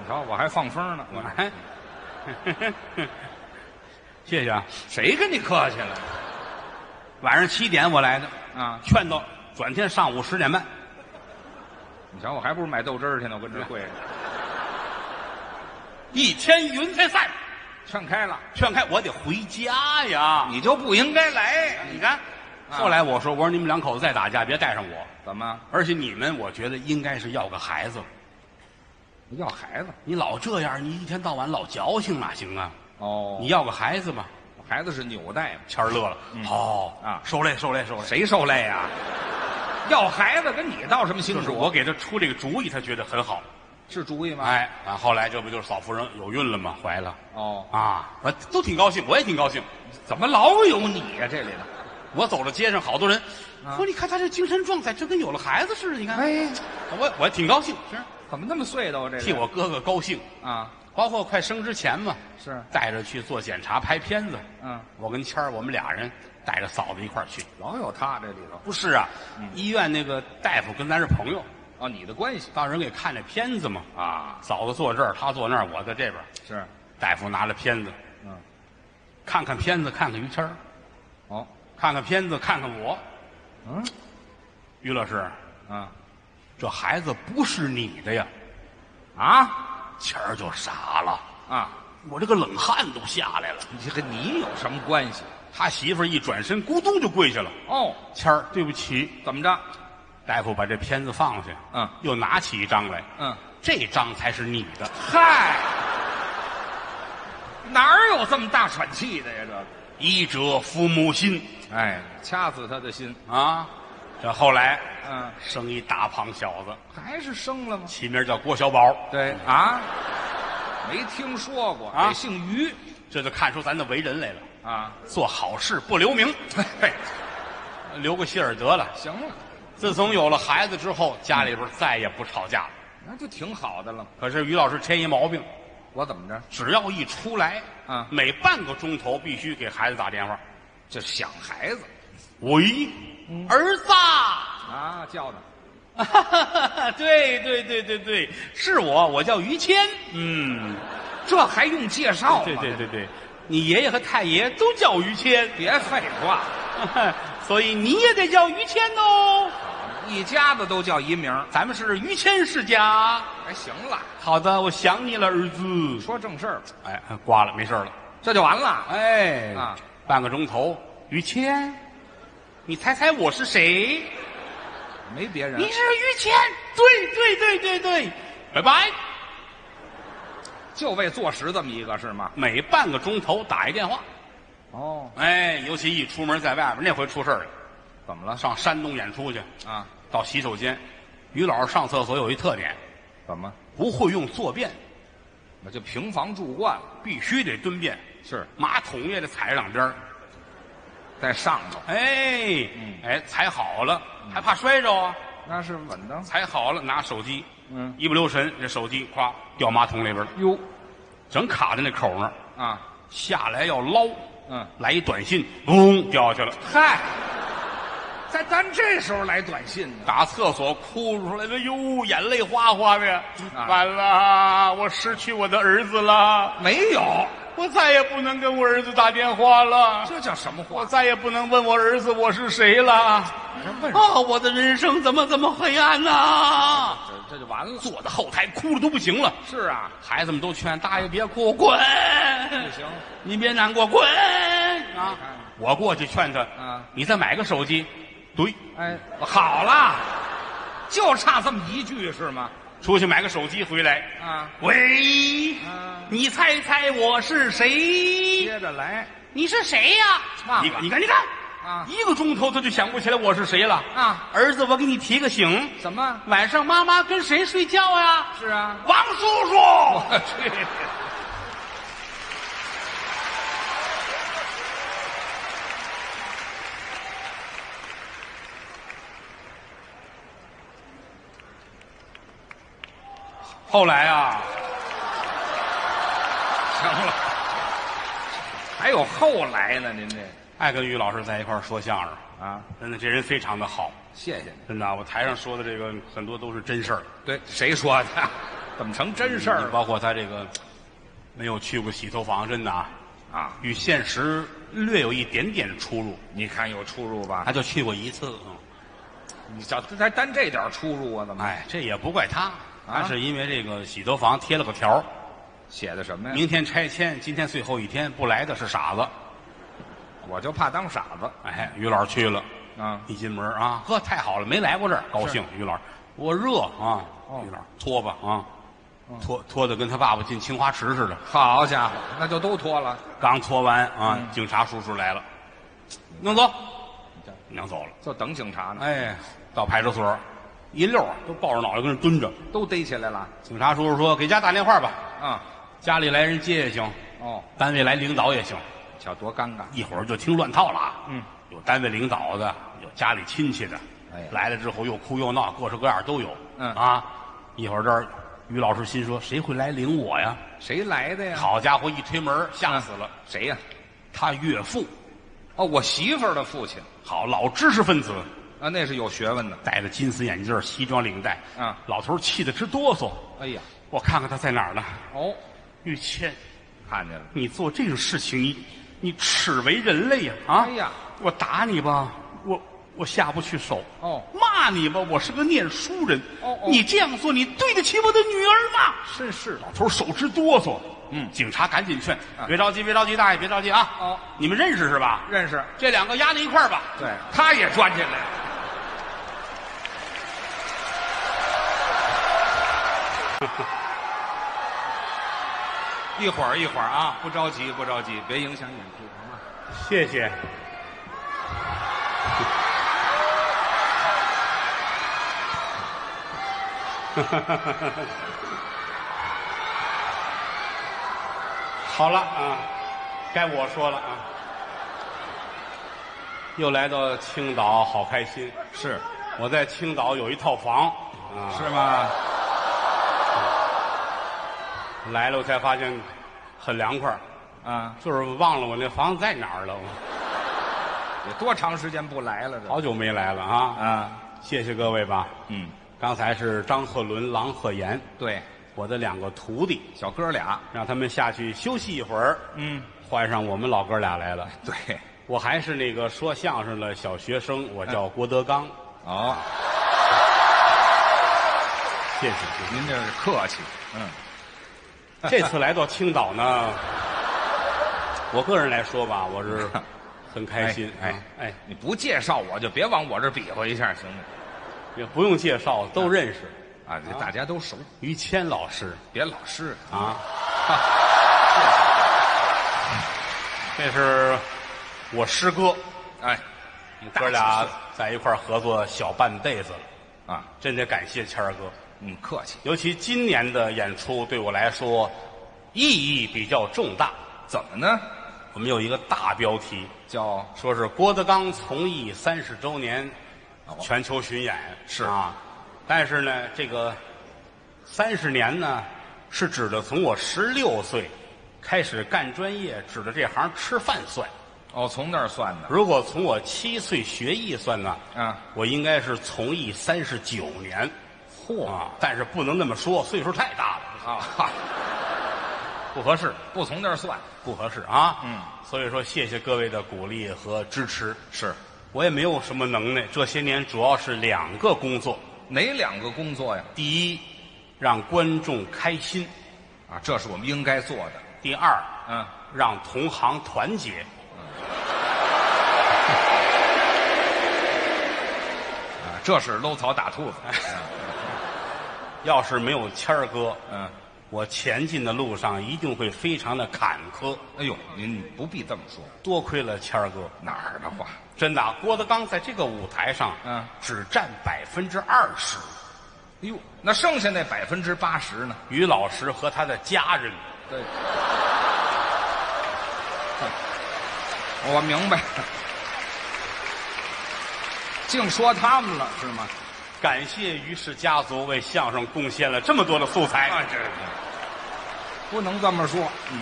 Speaker 2: 你瞧我还放风呢。
Speaker 1: 我
Speaker 2: 我
Speaker 1: 哎，谢谢啊，
Speaker 2: 谁跟你客气了？
Speaker 1: 晚上七点我来的，
Speaker 2: 啊，
Speaker 1: 劝到转天上午十点半，
Speaker 2: 你瞧我还不如买豆汁儿去呢，我跟这跪着。
Speaker 1: 一天云彩散，
Speaker 2: 劝开了，
Speaker 1: 劝开我得回家呀。
Speaker 2: 你就不应该来。
Speaker 1: 你看，
Speaker 2: 啊
Speaker 1: 后来我说我说你们两口子再打架别带上我，
Speaker 2: 怎么？
Speaker 1: 而且你们我觉得应该是要个孩子，
Speaker 2: 要孩子？
Speaker 1: 你老这样，你一天到晚老矫情哪行啊？
Speaker 2: 哦
Speaker 1: 你要个孩子吧。
Speaker 2: 孩子是纽带嘛？
Speaker 1: 谦儿乐了，哦
Speaker 2: 啊
Speaker 1: 受累受累受累。
Speaker 2: 谁受累呀、要孩子跟你闹什么清
Speaker 1: 就是
Speaker 2: 楚？
Speaker 1: 我给他出这个主意，他觉得很好。
Speaker 2: 是主意吗？
Speaker 1: 哎，啊，后来这不就是嫂夫人有孕了吗？怀了
Speaker 2: 哦，
Speaker 1: 啊，我都挺高兴，我也挺高兴。
Speaker 2: 怎么老有你呀、这里头？
Speaker 1: 我走到街上，好多人
Speaker 2: 啊
Speaker 1: 说：“你看他这精神状态，真跟有了孩子似的。”你看，
Speaker 2: 哎，
Speaker 1: 我我挺高兴，是
Speaker 2: 怎么那么碎的我这人
Speaker 1: 替我哥哥高兴。
Speaker 2: 啊？
Speaker 1: 包括快生之前嘛，
Speaker 2: 是
Speaker 1: 带着去做检查、拍片子。
Speaker 2: 嗯，
Speaker 1: 我跟谦儿，我们俩人带着嫂子一块儿去。
Speaker 2: 老有他这里头。
Speaker 1: 不是啊，
Speaker 2: 嗯
Speaker 1: 医院那个大夫跟咱是朋友，
Speaker 2: 哦，你的关系
Speaker 1: 到人给看这片子嘛。
Speaker 2: 啊？
Speaker 1: 嫂子坐这儿，他坐那儿，我在这边。
Speaker 2: 是，
Speaker 1: 大夫拿着片子，
Speaker 2: 嗯，
Speaker 1: 看看片子，看看于谦儿，
Speaker 2: 哦，
Speaker 1: 看看片子，看看我。
Speaker 2: 嗯，
Speaker 1: 于老师，
Speaker 2: 啊
Speaker 1: 这孩子不是你的呀！
Speaker 2: 啊
Speaker 1: 谦儿就傻了，
Speaker 2: 啊！
Speaker 1: 我这个冷汗都下来了。
Speaker 2: 你这跟你有什么关系？
Speaker 1: 他媳妇儿一转身，咕咚就跪下了。
Speaker 2: 哦，
Speaker 1: 谦儿，对不起。
Speaker 2: 怎么着？
Speaker 1: 大夫把这片子放下，
Speaker 2: 嗯
Speaker 1: 又拿起一张来，
Speaker 2: 嗯，
Speaker 1: 这张才是你的。
Speaker 2: 嗨，哪儿有这么大喘气的呀？这个。
Speaker 1: 医者父母心
Speaker 2: 哎，掐死他的心。
Speaker 1: 啊！这后来
Speaker 2: 嗯，
Speaker 1: 生一大胖小子，
Speaker 2: 还是生了吗？
Speaker 1: 起名叫郭小宝。
Speaker 2: 对啊，没听说过
Speaker 1: 啊
Speaker 2: 这姓于
Speaker 1: 这就看出咱的为人来了。
Speaker 2: 啊。
Speaker 1: 做好事不留名，嘿，留个心儿得了。
Speaker 2: 行了，
Speaker 1: 自从有了孩子之后，家里边再也不吵架了。
Speaker 2: 那就挺好的了。
Speaker 1: 可是于老师添一毛病，
Speaker 2: 我怎么着？
Speaker 1: 只要一出来，
Speaker 2: 啊
Speaker 1: 每半个钟头必须给孩子打电话。
Speaker 2: 这想孩子
Speaker 1: 喂，嗯儿子啊，
Speaker 2: 啊，叫他。
Speaker 1: 对对对对对，是我，我叫于谦。嗯，
Speaker 2: 这还用介绍吗？
Speaker 1: 对对，对对，你爷爷和太爷都叫于谦，
Speaker 2: 别废话，
Speaker 1: 所以你也得叫于谦哦。
Speaker 2: 一家子都叫一名儿。
Speaker 1: 咱们是于谦世家。
Speaker 2: 哎，行了，
Speaker 1: 好的，我想你了，儿子。
Speaker 2: 说正事儿吧，
Speaker 1: 哎，挂了，没事了。
Speaker 2: 这就完了。
Speaker 1: 哎
Speaker 2: 啊，
Speaker 1: 半个钟头，于谦，你猜猜我是谁？
Speaker 2: 没别人
Speaker 1: 你，是于谦，对对对对对，拜拜。
Speaker 2: 就为坐实这么一个是吗？
Speaker 1: 每半个钟头打一电话。
Speaker 2: 哦，
Speaker 1: 哎，尤其一出门在外边，那回出事儿了，
Speaker 2: 怎么了？
Speaker 1: 上山东演出去，
Speaker 2: 啊？
Speaker 1: 到洗手间，于老师上厕所有一特点，
Speaker 2: 怎么？
Speaker 1: 不会用坐便，
Speaker 2: 我就平房住惯了，
Speaker 1: 必须得蹲便，
Speaker 2: 是
Speaker 1: 马桶也得踩着两边儿
Speaker 2: 在上头，
Speaker 1: 哎
Speaker 2: 嗯，
Speaker 1: 哎，踩好了，还怕摔着啊？
Speaker 2: 那是稳当。
Speaker 1: 踩好了，拿手机，
Speaker 2: 嗯
Speaker 1: 一不留神，这手机咵掉马桶里边了，
Speaker 2: 哟
Speaker 1: 整卡在那口那儿，
Speaker 2: 啊，
Speaker 1: 下来要捞，
Speaker 2: 嗯，
Speaker 1: 来一短信，嗡掉下去了，
Speaker 2: 嗨，在咱这时候来短信呢，
Speaker 1: 打厕所哭出来了，哟，眼泪哗哗的，
Speaker 2: 啊
Speaker 1: 完了，我失去我的儿子了，
Speaker 2: 没有，
Speaker 1: 我再也不能跟我儿子打电话了，
Speaker 2: 这叫什么
Speaker 1: 我
Speaker 2: 话？
Speaker 1: 再也不能问我儿子我是谁了，啊，
Speaker 2: 这问什么
Speaker 1: 我的人生怎么这么黑暗呐、
Speaker 2: 这这就完了。
Speaker 1: 坐在后台哭的都不行了。
Speaker 2: 是哦啊，
Speaker 1: 孩子们都劝大爷别哭，滚！
Speaker 2: 不行，
Speaker 1: 您别难过，滚啊
Speaker 2: 看！
Speaker 1: 我过去劝他，
Speaker 2: 啊
Speaker 1: 你再买个手机。对，
Speaker 2: 哎，好了，就差这么一句是吗？
Speaker 1: 出去买个手机回来，
Speaker 2: 啊
Speaker 1: 喂，
Speaker 2: 啊，
Speaker 1: 你猜猜我是谁？
Speaker 2: 接着来
Speaker 1: 你是谁呀、
Speaker 2: 忘
Speaker 1: 你
Speaker 2: 了
Speaker 1: 你看，你看，
Speaker 2: 啊
Speaker 1: 一个钟头他就想不起来我是谁了。
Speaker 2: 啊，
Speaker 1: 儿子，我给你提个醒，
Speaker 2: 怎么？
Speaker 1: 晚上妈妈跟谁睡觉呀、
Speaker 2: 是啊，
Speaker 1: 王叔叔。
Speaker 2: 我去，
Speaker 1: 后来啊，
Speaker 2: 行了，还有后来呢？您这
Speaker 1: 爱跟于老师在一块儿说相声，
Speaker 2: 啊，
Speaker 1: 真的，这人非常的好，
Speaker 2: 谢谢你。
Speaker 1: 真的啊，我台上说的这个很多都是真事儿，嗯
Speaker 2: 对，谁说的？ 怎么成真事儿
Speaker 1: 包括他这个没有去过洗头房，真的啊，
Speaker 2: 啊？
Speaker 1: 与现实略有一点点出入。
Speaker 2: 你看有出入吧
Speaker 1: 他？就去过一次，嗯，
Speaker 2: 你瞧，这才单这点出入啊？怎么？
Speaker 1: 哎，这也不怪他，
Speaker 2: 啊
Speaker 1: 他是因为这个洗头房贴了个条儿
Speaker 2: 写的什么呀？
Speaker 1: 明天拆迁，今天最后一天，不来的是傻子。
Speaker 2: 我就怕当傻子
Speaker 1: 哎，于老师去了，
Speaker 2: 啊！
Speaker 1: 一进门啊，呵，太好了，没来过这儿，高兴。于老师，我热啊，
Speaker 2: 哦
Speaker 1: 于老师脱吧啊，脱脱的跟他爸爸进青花池似的。
Speaker 2: 好家伙，那就都脱了，
Speaker 1: 刚脱完啊，警察叔叔来了，弄走，弄走了。
Speaker 2: 就等警察呢，
Speaker 1: 嗯哎，到派出所，一溜儿都抱着脑袋跟那儿蹲着。
Speaker 2: 都逮起来了
Speaker 1: 警察叔叔说：“给家打电话吧，
Speaker 2: 啊！
Speaker 1: 家里来人接也行，
Speaker 2: 哦，
Speaker 1: 单位来领导也行。
Speaker 2: 瞧多尴尬！
Speaker 1: 一会儿就听乱套了啊。
Speaker 2: 嗯，
Speaker 1: 有单位领导的，有家里亲戚的，
Speaker 2: 哎呀
Speaker 1: 来了之后又哭又闹，各式各样都有。
Speaker 2: 嗯
Speaker 1: 啊，一会儿这儿，于老师心说：谁会来领我呀？
Speaker 2: 谁来的呀？
Speaker 1: 好家伙，一推门吓
Speaker 2: 啊
Speaker 1: 死了，
Speaker 2: 谁呀？
Speaker 1: 他岳父，
Speaker 2: 哦，我媳妇儿的父亲
Speaker 1: 好老知识分子，
Speaker 2: 啊，那是有学问的。
Speaker 1: 戴着金丝眼镜，西装领带。
Speaker 2: 嗯
Speaker 1: 老头儿气得直哆嗦。
Speaker 2: 哎呀，
Speaker 1: 我看看他在哪儿呢？
Speaker 2: 哦，
Speaker 1: 玉谦，
Speaker 2: 看见了，
Speaker 1: 你做这种事情，你你耻为人类呀！啊！
Speaker 2: 哎呀，
Speaker 1: 我打你吧，我我下不去手。
Speaker 2: 哦
Speaker 1: 骂你吧，我是个念书人。
Speaker 2: 哦哦
Speaker 1: 你这样做，你对得起我的女儿吗？
Speaker 2: 真是的
Speaker 1: 老头儿手直哆嗦。嗯，警察赶紧劝，
Speaker 2: 啊
Speaker 1: 别着急，别着急，大爷别着急啊。
Speaker 2: 哦
Speaker 1: 你们认识是吧？
Speaker 2: 认识，
Speaker 1: 这两个压在一块儿吧。
Speaker 2: 对
Speaker 1: 他也钻进来了。
Speaker 2: 一会儿一会儿啊，不着急不着急，别影响演出好吗？
Speaker 1: 谢谢。 好了啊，该我说了啊。又来到青岛，好开心。
Speaker 2: 是
Speaker 1: 我在青岛有一套房啊，
Speaker 2: 是吗？
Speaker 1: 来了我才发现很凉快儿，
Speaker 2: 啊，
Speaker 1: 就是忘了我那房子在哪儿了，
Speaker 2: 也多长时间不来了这
Speaker 1: 好久没来了啊。
Speaker 2: 啊？
Speaker 1: 谢谢各位吧。
Speaker 2: 嗯，
Speaker 1: 刚才是张鹤伦、郎鹤炎，
Speaker 2: 对，
Speaker 1: 我的两个徒弟，
Speaker 2: 小哥俩，
Speaker 1: 让他们下去休息一会儿，
Speaker 2: 嗯，
Speaker 1: 换上我们老哥俩来了。
Speaker 2: 对，
Speaker 1: 我还是那个说相声的小学生，我叫郭德纲。
Speaker 2: 哦，
Speaker 1: 谢谢 谢
Speaker 2: 您这是客气，嗯，
Speaker 1: 谢。这次来到青岛呢，我个人来说吧，我 是很开心。
Speaker 2: 哎
Speaker 1: 哎哎，
Speaker 2: 你不介绍我就别往我这比划一下，行吗？
Speaker 1: 哎也不用介绍，都认识。
Speaker 2: 啊，这大家都熟，
Speaker 1: 于谦老师
Speaker 2: 别老师
Speaker 1: 啊，这是我师哥，
Speaker 2: 哎，
Speaker 1: 哥俩在一块儿合作小半辈子了，
Speaker 2: 啊，
Speaker 1: 真得感谢谦儿哥。
Speaker 2: 嗯，客气，
Speaker 1: 尤其今年的演出对我来说意义比较重大。
Speaker 2: 怎么呢？
Speaker 1: 我们有一个大标题，
Speaker 2: 叫
Speaker 1: 说是郭德纲从艺三十周年
Speaker 2: 哦
Speaker 1: 全球巡演
Speaker 2: 是
Speaker 1: 啊，但是呢，这个三十年呢，是指的从我十六岁开始干专业，指着这行吃饭算。
Speaker 2: 哦，从那儿算的
Speaker 1: 如果从我七岁学艺算呢，
Speaker 2: 啊，
Speaker 1: 我应该是从艺三十九年。嚯、啊！但是不能那么说，岁数太大了，
Speaker 2: 啊， 哈
Speaker 1: 不合适，
Speaker 2: 不从那儿算
Speaker 1: 不合适啊。
Speaker 2: 嗯，
Speaker 1: 所以说谢谢各位的鼓励和支持。
Speaker 2: 是
Speaker 1: 我也没有什么能耐，这些年主要是两个工作：
Speaker 2: 哪两个工作呀？
Speaker 1: 第一，让观众开心；
Speaker 2: 啊，这是我们应该做的，
Speaker 1: 第二，
Speaker 2: 嗯，
Speaker 1: 让同行团结。
Speaker 2: 啊，这是搂草打兔子，
Speaker 1: 要是没有谦儿哥，
Speaker 2: 嗯，
Speaker 1: 我前进的路上一定会非常的坎坷。
Speaker 2: 哎呦，您不必这么说，
Speaker 1: 多亏了谦儿哥，
Speaker 2: 哪儿的话？
Speaker 1: 真的啊，郭德纲在这个舞台上，
Speaker 2: 嗯
Speaker 1: 只占百分之二十。
Speaker 2: 哎呦，那剩下那百分之八十呢？
Speaker 1: 于老师和他的家人，
Speaker 2: 对， 我明白，净说他们了是吗？
Speaker 1: 感谢于氏家族为相声贡献了这么多的素材。
Speaker 2: 啊，这不能这么说，嗯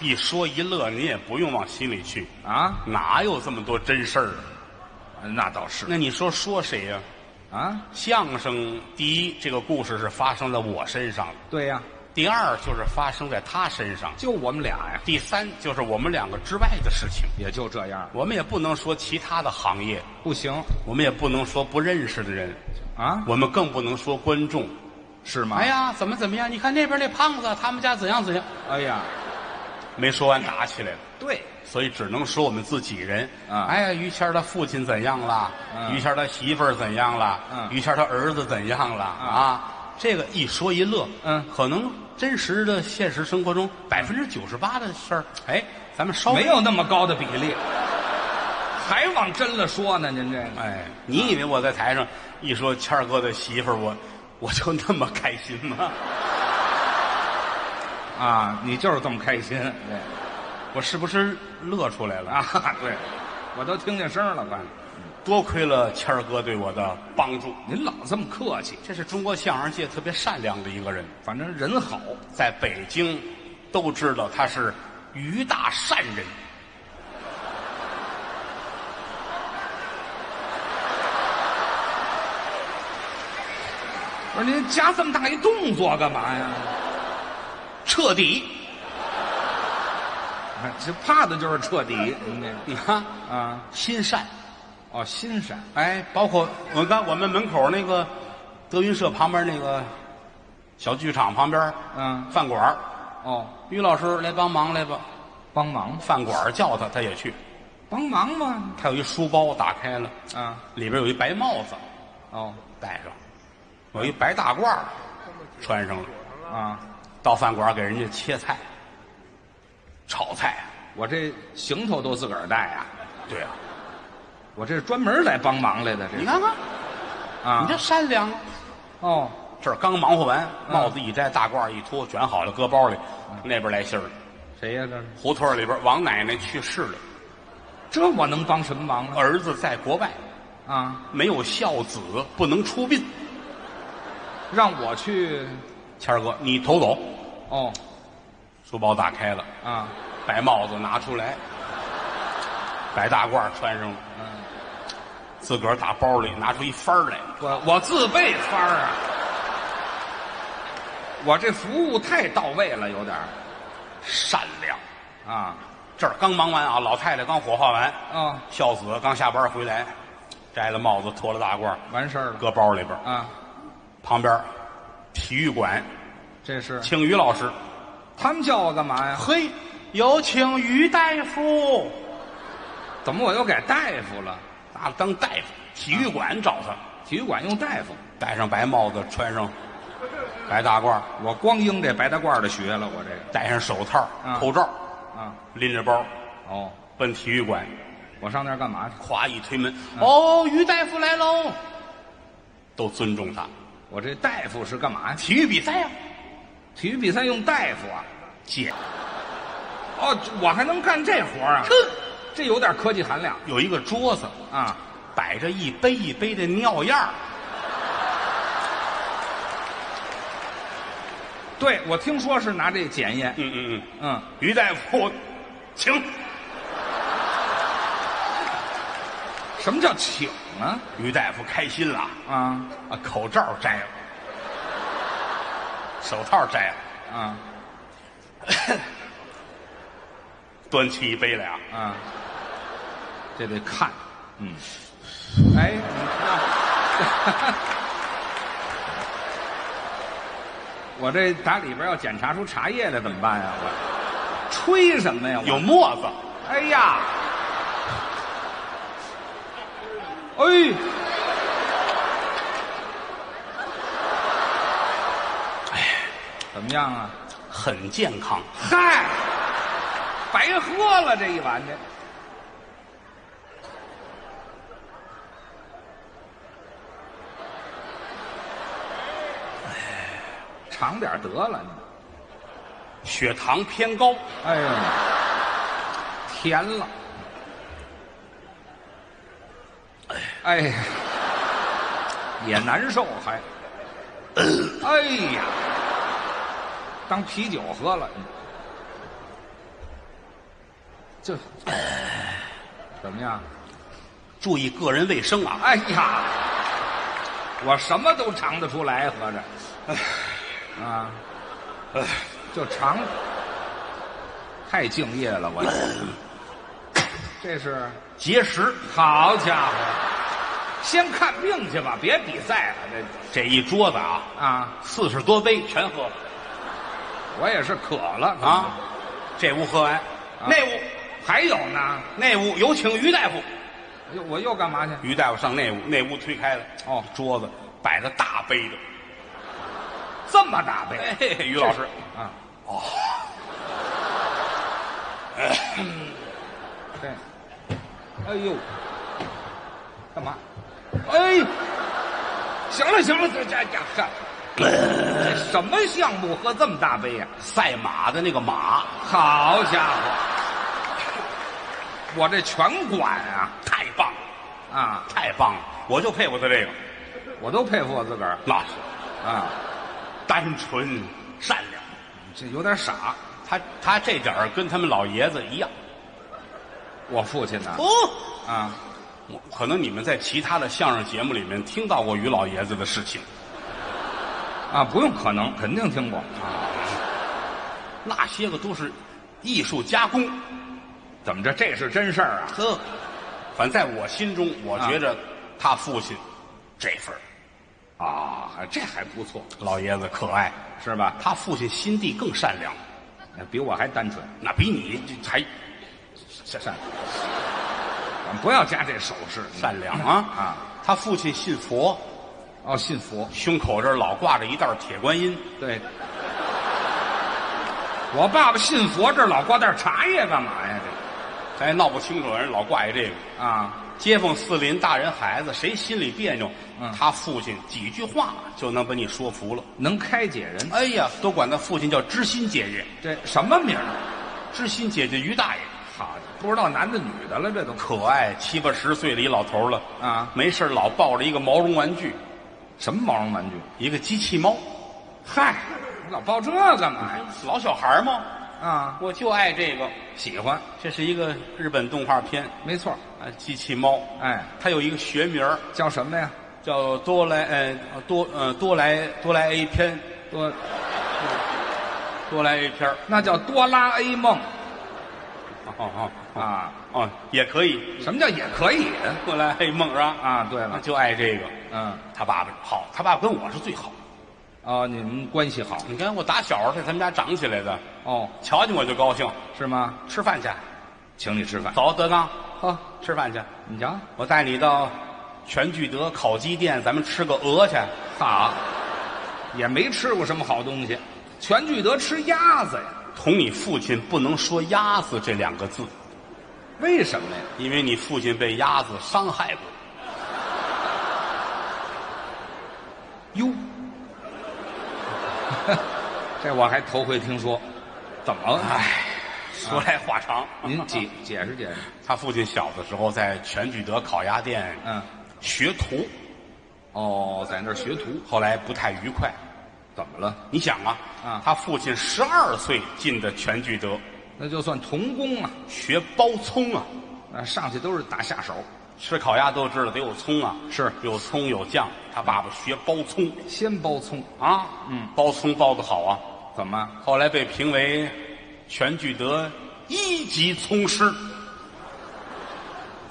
Speaker 1: 一说一乐，您也不用往心里去，
Speaker 2: 啊，
Speaker 1: 哪有这么多真事儿啊？
Speaker 2: 那倒是
Speaker 1: 那你说说谁呀、
Speaker 2: 啊，
Speaker 1: 相声第一，这个故事是发生在我身上的；
Speaker 2: 对呀、
Speaker 1: 第二，就是发生在他身上；
Speaker 2: 就我们俩呀，
Speaker 1: 第三，就是我们两个之外的事情。
Speaker 2: 也就这样，
Speaker 1: 我们也不能说其他的行业，
Speaker 2: 不行
Speaker 1: 我们也不能说不认识的人，
Speaker 2: 啊，
Speaker 1: 我们更不能说观众。
Speaker 2: 是吗？
Speaker 1: 哎，呀，怎么怎么样？你看那边那胖子，他们家怎样怎样？
Speaker 2: 哎呀，
Speaker 1: 没说完打起来了，
Speaker 2: 对，
Speaker 1: 所以只能说我们自己人。
Speaker 2: 啊
Speaker 1: 哎呀，于谦儿他父亲怎样了？
Speaker 2: 嗯
Speaker 1: 于谦儿他媳妇儿怎样了？
Speaker 2: 嗯
Speaker 1: 于谦儿他儿子怎样了？啊，这个一说一乐，
Speaker 2: 嗯
Speaker 1: 可能真实的现实生活中百分之九十八的事儿，哎，咱们稍微
Speaker 2: 没有那么高的比例，还往真了说呢，您这个
Speaker 1: 哎，你以为我在台上一说谦儿哥的媳妇儿，我我就那么开心吗？
Speaker 2: 啊，你就是这么开心，对。
Speaker 1: 我是不是乐出来了？
Speaker 2: 啊，对，我都听见声儿了，快！
Speaker 1: 多亏了谦儿哥对我的帮助，
Speaker 2: 您老这么客气，
Speaker 1: 这是中国相声界特别善良的一个人，
Speaker 2: 反正人好，
Speaker 1: 在北京都知道他是于大善人。
Speaker 2: 不是您加这么大一动作干嘛呀？
Speaker 1: 彻底，
Speaker 2: 啊这怕的就是彻底，您这
Speaker 1: 你看，
Speaker 2: 个啊，
Speaker 1: 心善，
Speaker 2: 哦，心善，
Speaker 1: 哎，包括我看我们门口那个德云社旁边那个小剧场旁边，
Speaker 2: 嗯
Speaker 1: 饭馆儿
Speaker 2: 哦，
Speaker 1: 于老师来帮忙来吧，
Speaker 2: 帮忙，
Speaker 1: 饭馆儿叫他，他也去。
Speaker 2: 帮忙嘛，
Speaker 1: 他有一书包打开了，
Speaker 2: 啊，
Speaker 1: 里边有一白帽子，
Speaker 2: 哦，
Speaker 1: 戴上；有一白大褂儿，穿上了。
Speaker 2: 啊，
Speaker 1: 到饭馆给人家切菜、炒菜。
Speaker 2: 我这行头都自个儿带啊，
Speaker 1: 对啊，
Speaker 2: 我这是专门来帮忙来的，这
Speaker 1: 你
Speaker 2: 是
Speaker 1: 看看，
Speaker 2: 啊，
Speaker 1: 你这善良啊。
Speaker 2: 哦，
Speaker 1: 这儿刚忙活完，
Speaker 2: 嗯
Speaker 1: 帽子一摘，大褂一脱，卷好了搁包里。那边来信儿了，
Speaker 2: 谁呀、这是？
Speaker 1: 胡同里边王奶奶去世了，
Speaker 2: 这我能帮什么忙啊？
Speaker 1: 儿子在国外，
Speaker 2: 啊，
Speaker 1: 没有孝子不能出殡。
Speaker 2: 让我去，
Speaker 1: 谦儿哥，你头走。
Speaker 2: 哦，
Speaker 1: 书包打开了，
Speaker 2: 啊，
Speaker 1: 白帽子拿出来，白大褂穿上了，
Speaker 2: 嗯。
Speaker 1: 自个儿打包里拿出一幡儿来，
Speaker 2: 我我自备幡儿啊，我这服务太到位了，有点儿
Speaker 1: 善良。
Speaker 2: 啊
Speaker 1: 这儿刚忙完啊，老太太刚火化完，
Speaker 2: 啊，
Speaker 1: 孝子刚下班回来，摘了帽子，脱了大褂，
Speaker 2: 完事儿了
Speaker 1: 搁包里边儿。
Speaker 2: 啊，
Speaker 1: 旁边儿体育馆，
Speaker 2: 这是
Speaker 1: 请于老师。
Speaker 2: 他们叫我干嘛呀？
Speaker 1: 嘿，有请于大夫，
Speaker 2: 怎么我又改大夫了？
Speaker 1: 拿当大夫，体育馆找他，
Speaker 2: 体育馆用大夫，
Speaker 1: 戴上白帽子，穿上白大褂，
Speaker 2: 我光应这白大褂的学了，我这个
Speaker 1: 戴上手套、
Speaker 2: 啊
Speaker 1: 口罩，
Speaker 2: 啊
Speaker 1: 拎着包
Speaker 2: 哦，
Speaker 1: 奔体育馆，
Speaker 2: 我上那儿干嘛去？
Speaker 1: 咵一推门，哦，于大夫来喽，都尊重他。
Speaker 2: 我这大夫是干嘛呀？
Speaker 1: 体育比赛啊，
Speaker 2: 体育比赛用大夫啊？
Speaker 1: 姐，
Speaker 2: 哦，我还能干这活儿啊？这有点科技含量
Speaker 1: 有一个桌子，
Speaker 2: 啊！
Speaker 1: 摆着一杯一杯的尿样儿
Speaker 2: 对，我听说是拿这检验，
Speaker 1: 嗯嗯嗯，
Speaker 2: 嗯，
Speaker 1: 于大夫，请。
Speaker 2: 什么叫请啊？
Speaker 1: 于大夫开心了，
Speaker 2: 啊
Speaker 1: 啊，口罩摘了，手套摘了，
Speaker 2: 啊
Speaker 1: 端起一杯来啊，
Speaker 2: 啊！这得看，嗯，哎， 我这打里边要检查出茶叶来怎么办呀？我吹什么呀？我
Speaker 1: 有沫子，
Speaker 2: 哎呀，哎，怎么样啊？
Speaker 1: 很健康。
Speaker 2: 嗨，白喝了这一碗去。尝哎点得了，你
Speaker 1: 血糖偏高，
Speaker 2: 哎呀，甜了，哎呀，也难受还，哎呀，当啤酒喝了，这怎么样？
Speaker 1: 注意个人卫生啊！
Speaker 2: 哎呀，我什么都尝得出来，合着，
Speaker 1: 哎
Speaker 2: 啊，就尝，太敬业 了，我这是
Speaker 1: 节食，
Speaker 2: 好家伙，先看病去吧，别比赛了，
Speaker 1: 这一桌子啊，
Speaker 2: 这啊，
Speaker 1: 四十多杯全喝了
Speaker 2: 我也是渴了啊
Speaker 1: 啊！这屋喝完，那屋
Speaker 2: 还有呢，
Speaker 1: 那屋有请于大夫，
Speaker 2: 又我又干嘛去？
Speaker 1: 于大夫上那屋，那屋推开了，
Speaker 2: 哦
Speaker 1: 桌子摆着大杯的。
Speaker 2: 这么大杯
Speaker 1: 哎，于老师，
Speaker 2: 啊？哦， 对，哎呦，干嘛？哎，行了行了，这这这这 这什么项目喝这么大杯呀、
Speaker 1: 赛马的那个马
Speaker 2: 好家伙，我这全管啊
Speaker 1: 太棒了，
Speaker 2: 啊！
Speaker 1: 太棒了！我就佩服他这个，
Speaker 2: 我都佩服我自个儿
Speaker 1: 那是
Speaker 2: 啊，
Speaker 1: 单纯善良。
Speaker 2: 这有点傻。
Speaker 1: 他他这点儿跟他们老爷子一样
Speaker 2: 我父亲呢？
Speaker 1: 哦。
Speaker 2: 啊，
Speaker 1: 我可能你们在其他的相声节目里面听到过于老爷子的事情，
Speaker 2: 啊，不用，可能肯定听过。
Speaker 1: 那些个都是艺术加工。
Speaker 2: 怎么着？这是真事儿啊？
Speaker 1: 呵，反正在我心中，我觉着他父亲这份儿
Speaker 2: 啊，这还不错，
Speaker 1: 老爷子可爱，
Speaker 2: 是吧？
Speaker 1: 他父亲心地更善良，
Speaker 2: 比我还单纯。
Speaker 1: 那比你这还
Speaker 2: 善善，咱们不要加这手势。
Speaker 1: 善良啊
Speaker 2: 啊！
Speaker 1: 他父亲信佛，
Speaker 2: 哦，信佛。
Speaker 1: 胸口这儿老挂着一袋铁观音，
Speaker 2: 对，我爸爸信佛，这老挂袋茶叶干嘛呀？
Speaker 1: 咱也闹不清楚，人老挂一这个。
Speaker 2: 这啊，
Speaker 1: 街坊四邻、大人孩子，谁心里别扭，
Speaker 2: 嗯
Speaker 1: 他父亲几句话就能把你说服了。
Speaker 2: 能开解人。
Speaker 1: 哎呀，都管他父亲叫知心姐姐，
Speaker 2: 这什么名儿？啊
Speaker 1: 知心姐姐于大爷，
Speaker 2: 好，不知道男的女的了，这都
Speaker 1: 可爱，七八十岁的一老头儿了
Speaker 2: 啊
Speaker 1: 没事儿老抱着一个毛绒玩具，
Speaker 2: 什么毛绒玩具？
Speaker 1: 一个机器猫，
Speaker 2: 嗨，你老抱这干嘛呀？
Speaker 1: 老小孩儿嘛，
Speaker 2: 啊，
Speaker 1: 我就爱这个。
Speaker 2: 喜欢，
Speaker 1: 这是一个日本动画片
Speaker 2: 没错。
Speaker 1: 啊，机器猫，
Speaker 2: 哎，
Speaker 1: 它有一个学名儿
Speaker 2: 叫什么呀？
Speaker 1: 叫多来呃多呃多来多来 A 片，
Speaker 2: 多，
Speaker 1: 多来 A 片儿
Speaker 2: 那叫哆啦 A 梦
Speaker 1: 哦哦哦
Speaker 2: 啊。
Speaker 1: 哦，也可以。哎
Speaker 2: 什么叫也可以
Speaker 1: 过来黑梦是吧？
Speaker 2: 啊？对了，
Speaker 1: 就爱这个。
Speaker 2: 嗯，
Speaker 1: 他爸爸好，他爸爸跟我是最好。
Speaker 2: 哦，你们关系好
Speaker 1: 你看我打小在他们家长起来的，
Speaker 2: 哦，
Speaker 1: 瞧见我就高兴。
Speaker 2: 是吗？
Speaker 1: 吃饭去，
Speaker 2: 请你吃饭。
Speaker 1: 走，德刚，
Speaker 2: 喝，
Speaker 1: 吃饭去。
Speaker 2: 你瞧，
Speaker 1: 我带你到全聚德烤鸡店，咱们吃个鹅去。啊
Speaker 2: 好，也没吃过什么好东西。全聚德吃鸭子呀？
Speaker 1: 同你父亲不能说“鸭子”这两个字，
Speaker 2: 为什么呀？
Speaker 1: 因为你父亲被鸭子伤害过。
Speaker 2: 哟， 这我还头回听说。怎么了？
Speaker 1: 说来话长，
Speaker 2: 您解解释解释。
Speaker 1: 他父亲小的时候在全聚德烤鸭店
Speaker 2: 嗯，
Speaker 1: 学徒，
Speaker 2: 哦，在那儿学徒，
Speaker 1: 后来不太愉快。
Speaker 2: 怎么了？
Speaker 1: 你想啊，
Speaker 2: 啊
Speaker 1: 他父亲十二岁进的全聚德，
Speaker 2: 那就算童工啊，
Speaker 1: 学包葱啊，
Speaker 2: 那上去都是打下手。
Speaker 1: 吃烤鸭都知道得有葱啊，
Speaker 2: 是
Speaker 1: 有葱有酱。他爸爸学包葱
Speaker 2: 先包葱，
Speaker 1: 啊，
Speaker 2: 嗯，
Speaker 1: 包葱包的好啊，
Speaker 2: 怎么？
Speaker 1: 后来被评为全聚德一级葱师，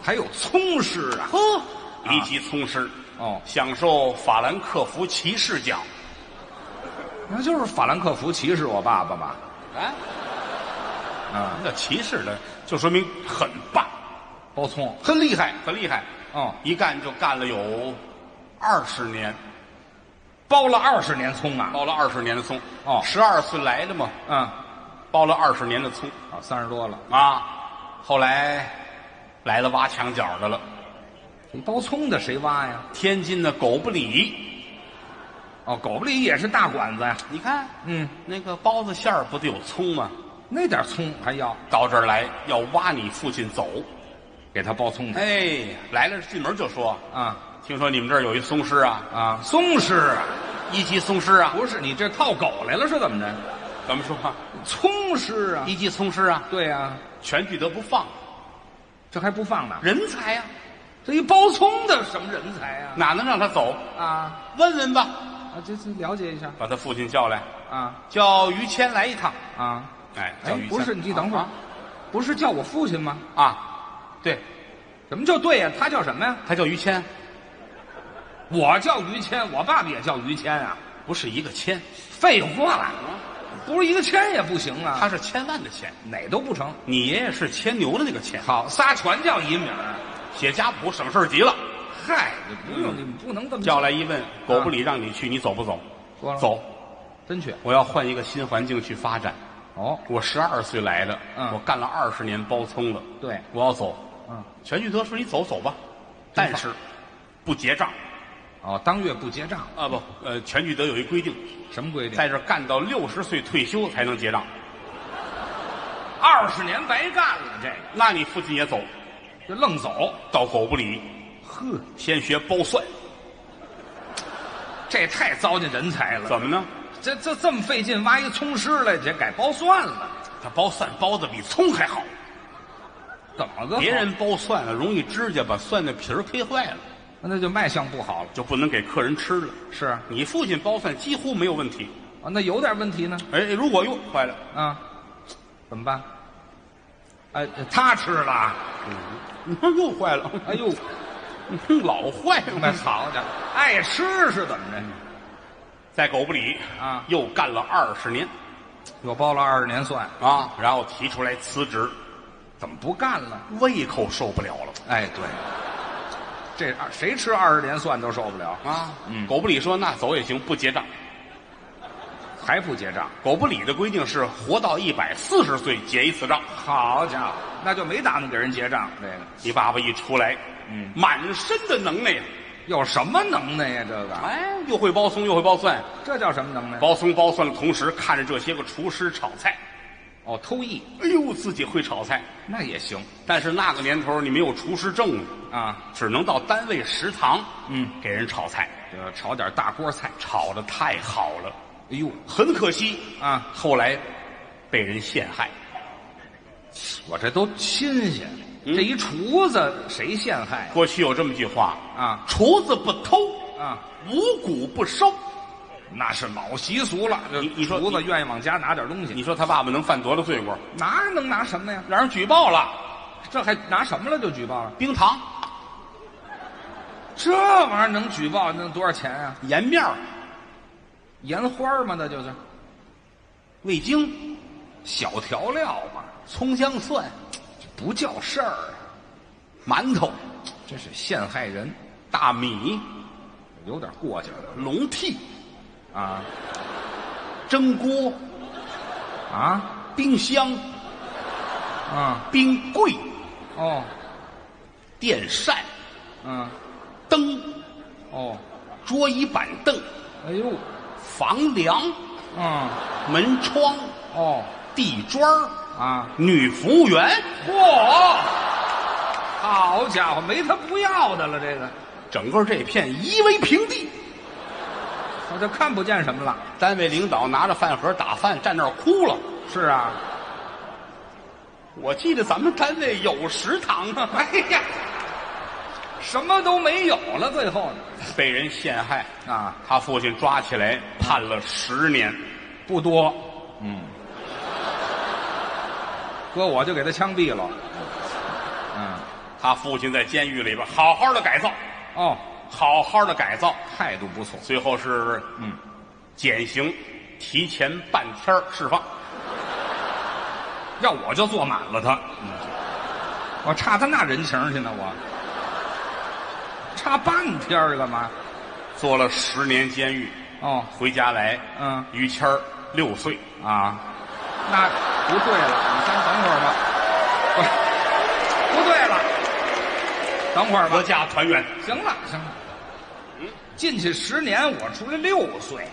Speaker 2: 还有葱师啊？
Speaker 1: 呵，一级葱师
Speaker 2: 哦
Speaker 1: 享受法兰克福骑士奖
Speaker 2: 那就是法兰克福骑士，我爸爸吧？
Speaker 1: 啊，
Speaker 2: 啊，
Speaker 1: 那骑士的就说明很棒，
Speaker 2: 包葱。
Speaker 1: 很厉害，很厉害，
Speaker 2: 哦，
Speaker 1: 一干就干了有二十年。
Speaker 2: 包了二十年葱啊，
Speaker 1: 包了二十年的葱。
Speaker 2: 哦
Speaker 1: 十二岁来的嘛，
Speaker 2: 嗯，啊，
Speaker 1: 包了二十年的葱
Speaker 2: 三十多了，
Speaker 1: 啊。后来来了挖墙角的了，
Speaker 2: 这包葱的谁挖呀？
Speaker 1: 天津的狗不理，
Speaker 2: 哦，狗不理也是大馆子呀，
Speaker 1: 你看，
Speaker 2: 嗯，
Speaker 1: 那个包子馅儿不得有葱吗？
Speaker 2: 那点葱还要
Speaker 1: 到这儿来要挖你父亲走，
Speaker 2: 给他包葱去
Speaker 1: 哎，来了进门就说，
Speaker 2: 啊
Speaker 1: 听说你们这儿有一松狮啊，
Speaker 2: 啊，松狮啊，
Speaker 1: 一级松狮啊，
Speaker 2: 不是你这套狗来了是怎么着？
Speaker 1: 怎么说啊？
Speaker 2: 葱狮啊，
Speaker 1: 一级松狮啊，
Speaker 2: 对呀、
Speaker 1: 全聚德不放
Speaker 2: 这还不放呢，
Speaker 1: 人才呀、
Speaker 2: 这一包葱的什么人才啊？
Speaker 1: 哪能让他走？
Speaker 2: 啊
Speaker 1: 问问吧，
Speaker 2: 啊，这这了解一下
Speaker 1: 把他父亲叫来，
Speaker 2: 啊
Speaker 1: 叫于谦来一趟。
Speaker 2: 啊，
Speaker 1: 哎，
Speaker 2: 哎
Speaker 1: 叫于，谦
Speaker 2: 不是你等会儿
Speaker 1: 啊，
Speaker 2: 不是叫我父亲吗？
Speaker 1: 啊，对
Speaker 2: 什么叫对呀、他叫什么呀？
Speaker 1: 他叫于谦，
Speaker 2: 我叫于谦，我爸爸也叫于谦啊。
Speaker 1: 不是一个谦，
Speaker 2: 废话了，不是一个谦也不行啊，
Speaker 1: 他是千万的谦。
Speaker 2: 哪都不成。
Speaker 1: 你爷爷是牵牛的那个牵，
Speaker 2: 好，仨全叫一名儿。啊
Speaker 1: 写家谱省事儿极了。
Speaker 2: 嗨，你不用，你们不能这么
Speaker 1: 嗯叫来一问，狗不理让你去，你走不走？
Speaker 2: 说了，
Speaker 1: 走，
Speaker 2: 真去。
Speaker 1: 我要换一个新环境去发展。
Speaker 2: 哦，
Speaker 1: 我十二岁来的，
Speaker 2: 嗯
Speaker 1: 我干了二十年包葱了，
Speaker 2: 对，
Speaker 1: 我要走。
Speaker 2: 嗯，
Speaker 1: 全聚德说你走走吧，但是不结账
Speaker 2: 哦，当月不结账，
Speaker 1: 啊不，呃，全聚德有一规定，
Speaker 2: 什么规定？
Speaker 1: 在这儿干到六十岁退休才能结账。
Speaker 2: 二十年白干了，这个
Speaker 1: 那你父亲也走
Speaker 2: 就愣走。
Speaker 1: 到狗不理，
Speaker 2: 呵，
Speaker 1: 先学剥蒜，
Speaker 2: 这也太糟践人才了。
Speaker 1: 怎么呢？
Speaker 2: 这这这么费劲挖一葱师来，这改包蒜了，
Speaker 1: 他剥蒜剥的比葱还好，
Speaker 2: 怎么个好？
Speaker 1: 别人剥蒜啊容易指甲把蒜的皮儿嗑坏了，
Speaker 2: 那就卖相不好了。
Speaker 1: 就不能给客人吃了。
Speaker 2: 是啊，哦
Speaker 1: 你父亲剥蒜几乎没有问题。
Speaker 2: 那有点问题呢。
Speaker 1: 哎，如果哟坏了，
Speaker 2: 啊，怎么办？哎，他吃了，
Speaker 1: 又坏了，
Speaker 2: 哎呦，
Speaker 1: 老坏
Speaker 2: 那
Speaker 1: 了。
Speaker 2: 好哎家伙，爱吃是怎么着？
Speaker 1: 在狗不理
Speaker 2: 啊
Speaker 1: 又干了二十年
Speaker 2: 又包了二十年蒜，
Speaker 1: 啊，然后提出来辞职，
Speaker 2: 怎么不干了？
Speaker 1: 胃口受不了了
Speaker 2: 哎，对，这二谁吃二十年蒜都受不了，
Speaker 1: 啊。
Speaker 2: 嗯
Speaker 1: 狗不理说那走也行，不结账。
Speaker 2: 还不结账？
Speaker 1: 狗不理的规定是活到一百四十岁结一次账。
Speaker 2: 好家伙，那就没打算给人结账。这个
Speaker 1: 你爸爸一出来，
Speaker 2: 嗯
Speaker 1: 满身的能耐呀，
Speaker 2: 有什么能耐呀？这个
Speaker 1: 哎，又会包葱又会包蒜，
Speaker 2: 这叫什么能耐？
Speaker 1: 包葱包蒜的同时，看着这些个厨师炒菜，
Speaker 2: 哦，偷艺
Speaker 1: 哎呦，自己会炒菜。
Speaker 2: 那也行
Speaker 1: 但是那个年头你没有厨师证，
Speaker 2: 啊，
Speaker 1: 只能到单位食堂，
Speaker 2: 嗯，
Speaker 1: 给人炒菜，
Speaker 2: 就炒点大锅菜。
Speaker 1: 炒的太好了，
Speaker 2: 哎呦
Speaker 1: 很可惜，
Speaker 2: 啊，
Speaker 1: 后来被人陷害。
Speaker 2: 我这都新鲜，这一厨子谁陷害
Speaker 1: 过去有这么句话
Speaker 2: 啊
Speaker 1: 厨子不偷，
Speaker 2: 啊？
Speaker 1: 五谷不收。
Speaker 2: 那是老习俗了。这
Speaker 1: 你你说
Speaker 2: 厨子
Speaker 1: 你
Speaker 2: 愿意往家拿点东西，
Speaker 1: 你说他爸爸能犯多大罪过？
Speaker 2: 拿能拿什么呀？
Speaker 1: 让人举报了，
Speaker 2: 这还拿什么了就举报了？
Speaker 1: 冰糖、
Speaker 2: 这玩意儿能举报那多少钱啊？
Speaker 1: 盐面儿、
Speaker 2: 盐花嘛，那就是
Speaker 1: 味精、
Speaker 2: 小调料嘛，
Speaker 1: 葱姜蒜、
Speaker 2: 不叫事儿啊。
Speaker 1: 馒头、
Speaker 2: 这是陷害人，
Speaker 1: 大米、
Speaker 2: 有点过去了
Speaker 1: 笼屉、
Speaker 2: 啊
Speaker 1: 蒸锅、
Speaker 2: 啊
Speaker 1: 冰箱、
Speaker 2: 啊！
Speaker 1: 冰柜、
Speaker 2: 哦，
Speaker 1: 电扇、
Speaker 2: 嗯，
Speaker 1: 灯、
Speaker 2: 哦，
Speaker 1: 桌椅板凳、
Speaker 2: 哎呦，
Speaker 1: 房梁、
Speaker 2: 嗯，
Speaker 1: 门窗、
Speaker 2: 哦
Speaker 1: 地砖儿、
Speaker 2: 啊，
Speaker 1: 女服务员，
Speaker 2: 嚯！好家伙，没他不要的了，这个
Speaker 1: 整个这片夷为平地。
Speaker 2: 我就看不见什么了。
Speaker 1: 单位领导拿着饭盒打饭，站那儿哭了。
Speaker 2: 是啊，
Speaker 1: 我记得咱们单位有食堂啊，
Speaker 2: 哎呀，什么都没有了，最后呢
Speaker 1: 被人陷害，
Speaker 2: 啊，
Speaker 1: 他父亲抓起来判了十年，
Speaker 2: 不多，嗯，哥我就给他枪毙了，嗯，
Speaker 1: 他父亲在监狱里边好好的改造，
Speaker 2: 哦，
Speaker 1: 好好的改造，
Speaker 2: 态度不错，
Speaker 1: 最后是
Speaker 2: 嗯，
Speaker 1: 减刑，提前半天儿释放。
Speaker 2: 要我就坐满了他，我差他那人情去呢，我差半天儿干嘛？
Speaker 1: 坐了十年监狱，
Speaker 2: 哦
Speaker 1: 回家来，
Speaker 2: 嗯
Speaker 1: 于谦儿六岁，
Speaker 2: 啊，那不对了，你先等会儿吧。不是，不对了，等会儿
Speaker 1: 国
Speaker 2: 吧。
Speaker 1: 家团圆，
Speaker 2: 行了，行了。进去十年，我出来六岁，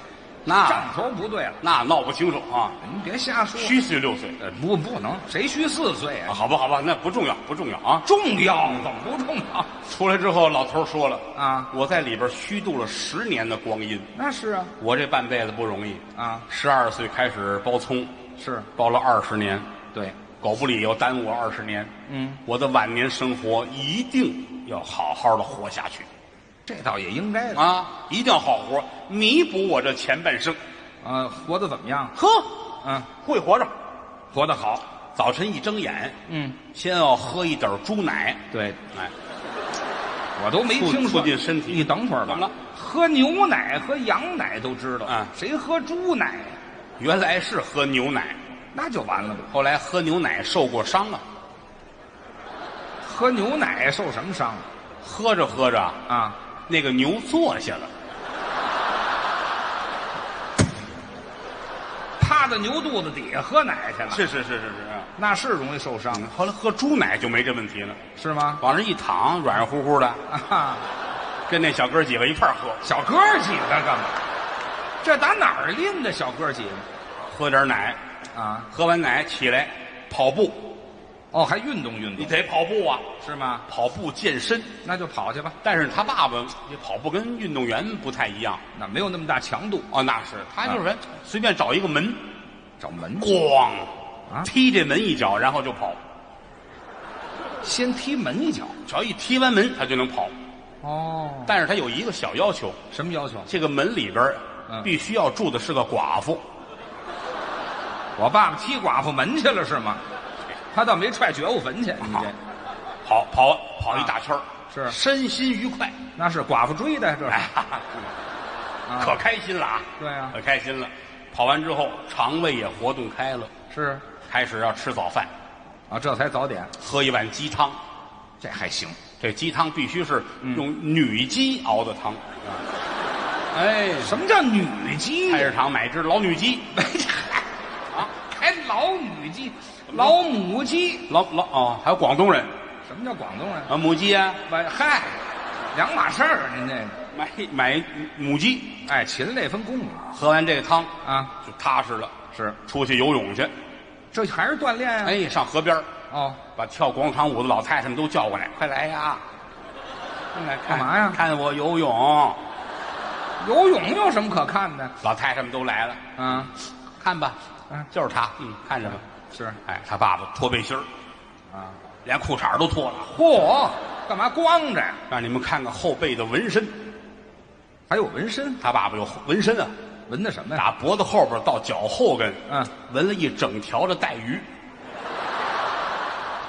Speaker 1: 那
Speaker 2: 账头不对了。
Speaker 1: 那闹不清楚啊，
Speaker 2: 您别瞎说，
Speaker 1: 虚岁六岁，
Speaker 2: 呃不不能，谁虚四岁
Speaker 1: 啊
Speaker 2: 啊？
Speaker 1: 好吧好吧，那不重要不重要啊。
Speaker 2: 重要怎么不重要？
Speaker 1: 出来之后，老头儿说了
Speaker 2: 啊
Speaker 1: 我在里边虚度了十年的光阴，
Speaker 2: 那是啊，
Speaker 1: 我这半辈子不容易
Speaker 2: 啊
Speaker 1: 十二岁开始包葱，
Speaker 2: 是
Speaker 1: 包了二十年，
Speaker 2: 对，
Speaker 1: 狗不理由耽误我二十年。
Speaker 2: 嗯，
Speaker 1: 我的晚年生活一定要好好的活下去
Speaker 2: 这倒也应该的。
Speaker 1: 啊！一定要好活，弥补我这前半生。
Speaker 2: 啊，活得怎么样？
Speaker 1: 呵，
Speaker 2: 嗯，
Speaker 1: 会活着。
Speaker 2: 活得好。
Speaker 1: 早晨一睁眼，
Speaker 2: 嗯，
Speaker 1: 先要喝一点猪奶，
Speaker 2: 对，
Speaker 1: 哎，
Speaker 2: 我都没
Speaker 1: 促
Speaker 2: 听说
Speaker 1: 促进身体
Speaker 2: 你等会儿吧。
Speaker 1: 怎么了？
Speaker 2: 喝牛奶和羊奶都知道，
Speaker 1: 啊
Speaker 2: 谁喝猪奶呀、
Speaker 1: 原来是喝牛奶，
Speaker 2: 那就完了呗。
Speaker 1: 后来喝牛奶受过伤啊，
Speaker 2: 喝牛奶受什么伤
Speaker 1: 喝着喝着啊
Speaker 2: 啊？啊
Speaker 1: 那个牛坐下了，
Speaker 2: 趴在牛肚子底下喝奶去了，
Speaker 1: 是是是是。嗯啊
Speaker 2: 那是容易受伤，
Speaker 1: 后来喝猪奶就没这问题了，
Speaker 2: 是吗？
Speaker 1: 往上一躺，软软乎乎的，
Speaker 2: 啊哈，
Speaker 1: 跟那小哥几个一块儿喝，
Speaker 2: 小哥儿几个干嘛？这打哪儿拎的小哥儿几个
Speaker 1: 喝点奶，
Speaker 2: 啊？
Speaker 1: 喝完奶起来跑步，
Speaker 2: 哦，还运动运
Speaker 1: 你
Speaker 2: 动
Speaker 1: 得跑步啊，
Speaker 2: 是吗？
Speaker 1: 跑步健身。
Speaker 2: 那就跑去吧，
Speaker 1: 但是他爸爸这跑步跟运动员不太一样
Speaker 2: 那没有那么大强度，
Speaker 1: 哦，那是他就是、随便找一个门，
Speaker 2: 找门
Speaker 1: 咣
Speaker 2: 啊，
Speaker 1: 踢这门一脚，然后就跑，
Speaker 2: 先踢门一脚。
Speaker 1: 只要一踢完门他就能跑。
Speaker 2: 哦，
Speaker 1: 但是他有一个小要求，
Speaker 2: 什么要求？
Speaker 1: 这个门里边儿
Speaker 2: 嗯
Speaker 1: 必须要住的是个寡妇。
Speaker 2: 我爸爸踢寡妇门去了是吗？他倒没踹觉悟坟去，
Speaker 1: 哦
Speaker 2: 你这
Speaker 1: 跑跑跑一大圈儿、
Speaker 2: 啊是
Speaker 1: 身心愉 快，
Speaker 2: 那是寡妇追的，这
Speaker 1: 哎
Speaker 2: 是。，
Speaker 1: 哈哈
Speaker 2: 啊
Speaker 1: 可开心了啊！
Speaker 2: 对啊
Speaker 1: 可开心了。跑完之后，肠胃也活动开了，
Speaker 2: 是
Speaker 1: 开始要吃早饭，
Speaker 2: 啊，这才早点，
Speaker 1: 喝一碗鸡汤。
Speaker 2: 这还行。
Speaker 1: 这鸡汤必须是
Speaker 2: 嗯
Speaker 1: 用女鸡熬的汤。哎，
Speaker 2: 什么叫女鸡
Speaker 1: 菜市场买只老女鸡，
Speaker 2: 啊？还老女鸡、老母鸡？
Speaker 1: 老老哦，还有广东人
Speaker 2: 什么叫广东人？
Speaker 1: 啊，母鸡啊，
Speaker 2: 喂，嗨，两码事儿，啊您这个
Speaker 1: 买买母鸡。
Speaker 2: 哎，禽类分工啊
Speaker 1: 喝完这个汤
Speaker 2: 啊，
Speaker 1: 就踏实了，
Speaker 2: 是
Speaker 1: 出去游泳去。
Speaker 2: 这还是锻炼啊？
Speaker 1: 哎，上河边儿
Speaker 2: 哦，
Speaker 1: 把跳广场舞的老太太们都叫过来，快来呀！快来看
Speaker 2: 干嘛呀
Speaker 1: 看我游泳！
Speaker 2: 游泳有什么可看的？
Speaker 1: 老太太们都来了，
Speaker 2: 啊，
Speaker 1: 看吧，
Speaker 2: 嗯
Speaker 1: 就是他，嗯，看着吧。
Speaker 2: 是
Speaker 1: 哎，他爸爸脱背心儿，
Speaker 2: 啊，
Speaker 1: 连裤衩儿都脱了，
Speaker 2: 嚯，干嘛光着呀？
Speaker 1: 让你们看看后背的纹身。
Speaker 2: 还有纹身，
Speaker 1: 他爸爸有纹身啊，
Speaker 2: 纹的什么呀？
Speaker 1: 打脖子后边到脚后跟，
Speaker 2: 嗯，
Speaker 1: 纹了一整条的带鱼，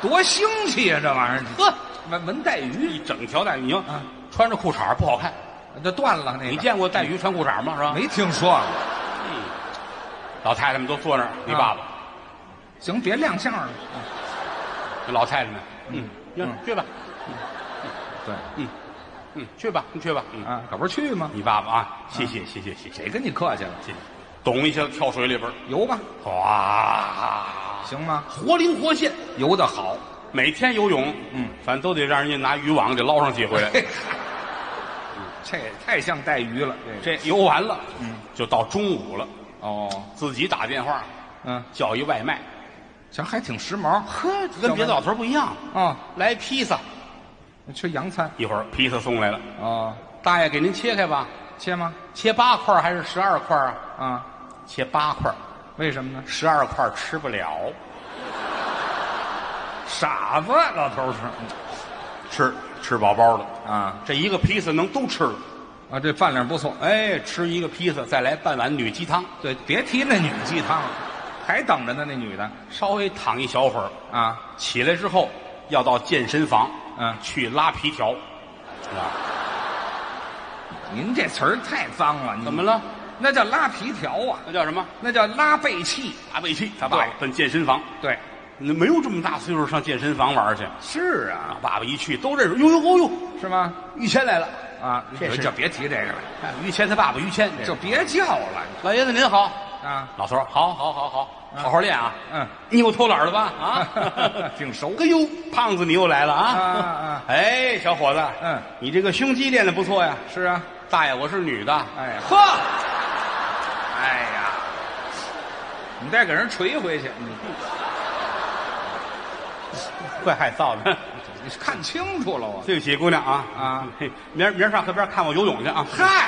Speaker 2: 多腥气啊呀、这玩意儿！
Speaker 1: 呵，
Speaker 2: 纹纹带鱼，
Speaker 1: 一整条带鱼。你要
Speaker 2: 啊
Speaker 1: 穿着裤衩儿不好看，
Speaker 2: 这断了那个。
Speaker 1: 你见过带鱼穿裤衩儿吗？是吧？
Speaker 2: 没听说啊过？
Speaker 1: 老太太们都坐那儿，你
Speaker 2: 啊
Speaker 1: 爸爸。
Speaker 2: 行，别亮相了。
Speaker 1: 这老太太们，嗯，
Speaker 2: 嗯
Speaker 1: 嗯去吧，
Speaker 2: 对
Speaker 1: 嗯，去吧，你去吧，嗯，
Speaker 2: 啊，可不是去吗？
Speaker 1: 你爸爸啊，谢谢，谢谢，谢谢，
Speaker 2: 谁跟你客气了？
Speaker 1: 谢谢，咚一下跳水里边儿，
Speaker 2: 游吧，
Speaker 1: 哗，
Speaker 2: 行吗？
Speaker 1: 活灵活现，
Speaker 2: 游得好，
Speaker 1: 每天游泳，
Speaker 2: 嗯，
Speaker 1: 反正都得让人家拿渔网给捞上几回 来。
Speaker 2: 嘿这也太像带鱼了。这
Speaker 1: 这游完了，嗯，就到中午了，
Speaker 2: 哦，
Speaker 1: 自己打电话
Speaker 2: 嗯，
Speaker 1: 叫一外卖，
Speaker 2: 行，还挺时髦。
Speaker 1: 呵，跟别的老头儿不一样，
Speaker 2: 哦，
Speaker 1: 来披萨，
Speaker 2: 吃洋餐
Speaker 1: 一会儿披萨送来了，
Speaker 2: 哦，
Speaker 1: 大爷给您切开吧，
Speaker 2: 切吗？
Speaker 1: 切八块儿还是十二块儿啊？
Speaker 2: 啊，
Speaker 1: 切八块儿，
Speaker 2: 为什么呢？
Speaker 1: 十二块儿吃不了。
Speaker 2: 傻子，老头儿是
Speaker 1: 吃吃饱饱的，
Speaker 2: 啊
Speaker 1: 这一个披萨能都吃了。
Speaker 2: 啊，这饭量不错。
Speaker 1: 哎，吃一个披萨，再来半碗女鸡汤，
Speaker 2: 对，别提那女鸡汤了，还等着呢，那女的
Speaker 1: 稍微躺一小会儿，
Speaker 2: 啊，
Speaker 1: 起来之后要到健身房，
Speaker 2: 嗯
Speaker 1: 去拉皮条，啊，
Speaker 2: 您这词儿太脏了，你
Speaker 1: 怎么了？
Speaker 2: 那叫拉皮条啊，
Speaker 1: 那叫什么？
Speaker 2: 那叫拉背气。
Speaker 1: 拉背气，他爸爸
Speaker 2: 对
Speaker 1: 奔健身房，
Speaker 2: 对，
Speaker 1: 那没有这么大岁数上健身房玩去。
Speaker 2: 是啊，
Speaker 1: 爸爸一去都认识，哟哟哦哟，
Speaker 2: 是吗？
Speaker 1: 于谦来了，
Speaker 2: 啊，
Speaker 1: 这是
Speaker 2: 就别提这个了，
Speaker 1: 啊于谦他爸爸于谦，这
Speaker 2: 就是别叫了
Speaker 1: 老爷子您好，
Speaker 2: 啊。
Speaker 1: 老头儿好好好好，好好练啊，
Speaker 2: 嗯，，
Speaker 1: 你给我偷懒儿了吧？ 啊
Speaker 2: 挺熟
Speaker 1: 哎呦，胖子你又来了啊！
Speaker 2: 啊啊
Speaker 1: 哎，小伙子，
Speaker 2: 嗯
Speaker 1: 你这个胸肌练的不错呀。
Speaker 2: 是啊，
Speaker 1: 大爷，我是女的。
Speaker 2: 哎呀
Speaker 1: 呵，
Speaker 2: 哎呀，你再给人捶回去，你
Speaker 1: 怪害臊的。
Speaker 2: 你看清楚了我。
Speaker 1: 对不起，姑娘啊
Speaker 2: 嗯啊
Speaker 1: 嘿明儿明儿上河边看我游泳去啊。
Speaker 2: 嗨，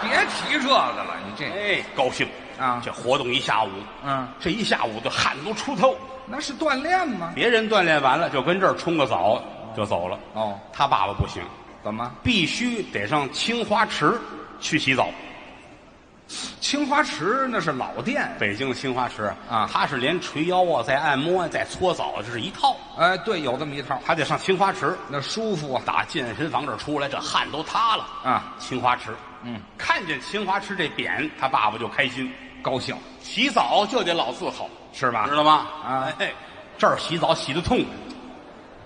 Speaker 2: 别提这个了，你这
Speaker 1: 哎，高兴
Speaker 2: 啊
Speaker 1: 这活动一下午，
Speaker 2: 嗯
Speaker 1: 这一下午的汗都出透。
Speaker 2: 那是锻炼吗？
Speaker 1: 别人锻炼完了就跟这儿冲个澡就走了。
Speaker 2: 哦，
Speaker 1: 他爸爸不行，
Speaker 2: 怎么
Speaker 1: 必须得上青花池去洗澡。
Speaker 2: 青花池那是老店？
Speaker 1: 北京的青花池
Speaker 2: 啊
Speaker 1: 他是连捶腰啊，再按摩啊，再搓澡啊，这是一套。
Speaker 2: 哎，对，有这么一套，
Speaker 1: 他得上青花池，
Speaker 2: 那舒服啊。
Speaker 1: 打健身房这儿出来，这汗都塌了
Speaker 2: 啊！
Speaker 1: 青花池，
Speaker 2: 嗯，
Speaker 1: 看见青花池这匾，他爸爸就开心。
Speaker 2: 高兴
Speaker 1: 洗澡就得老字号，
Speaker 2: 是吧
Speaker 1: 知道吗？
Speaker 2: 啊
Speaker 1: 哎，这儿洗澡洗得痛，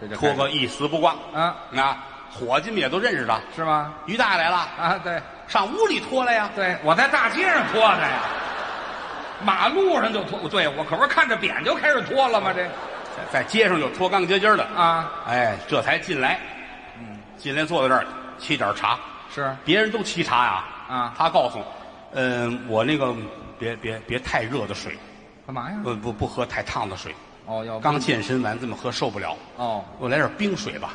Speaker 2: 这就
Speaker 1: 脱
Speaker 2: 开
Speaker 1: 个
Speaker 2: 始
Speaker 1: 一丝不挂。
Speaker 2: 啊，
Speaker 1: 啊，伙计们也都认识他。
Speaker 2: 是吗？
Speaker 1: 于大爷来了，
Speaker 2: 啊，对
Speaker 1: 上屋里脱了呀。
Speaker 2: 对，我在大街上脱的呀，马路上就脱，对我可不是看着匾就开始脱了吗？这
Speaker 1: 在在街上就脱干干净净的
Speaker 2: 啊，
Speaker 1: 哎，这才进来，嗯，进来坐在这儿沏点茶，
Speaker 2: 是
Speaker 1: 别人都沏茶呀，
Speaker 2: 啊
Speaker 1: 他告诉我，嗯、我那个别别别太热的水，
Speaker 2: 干嘛呀？
Speaker 1: 不不不喝太烫的水，
Speaker 2: 哦，要
Speaker 1: 刚健身完这么喝受不了，
Speaker 2: 哦，
Speaker 1: 我来点冰水吧，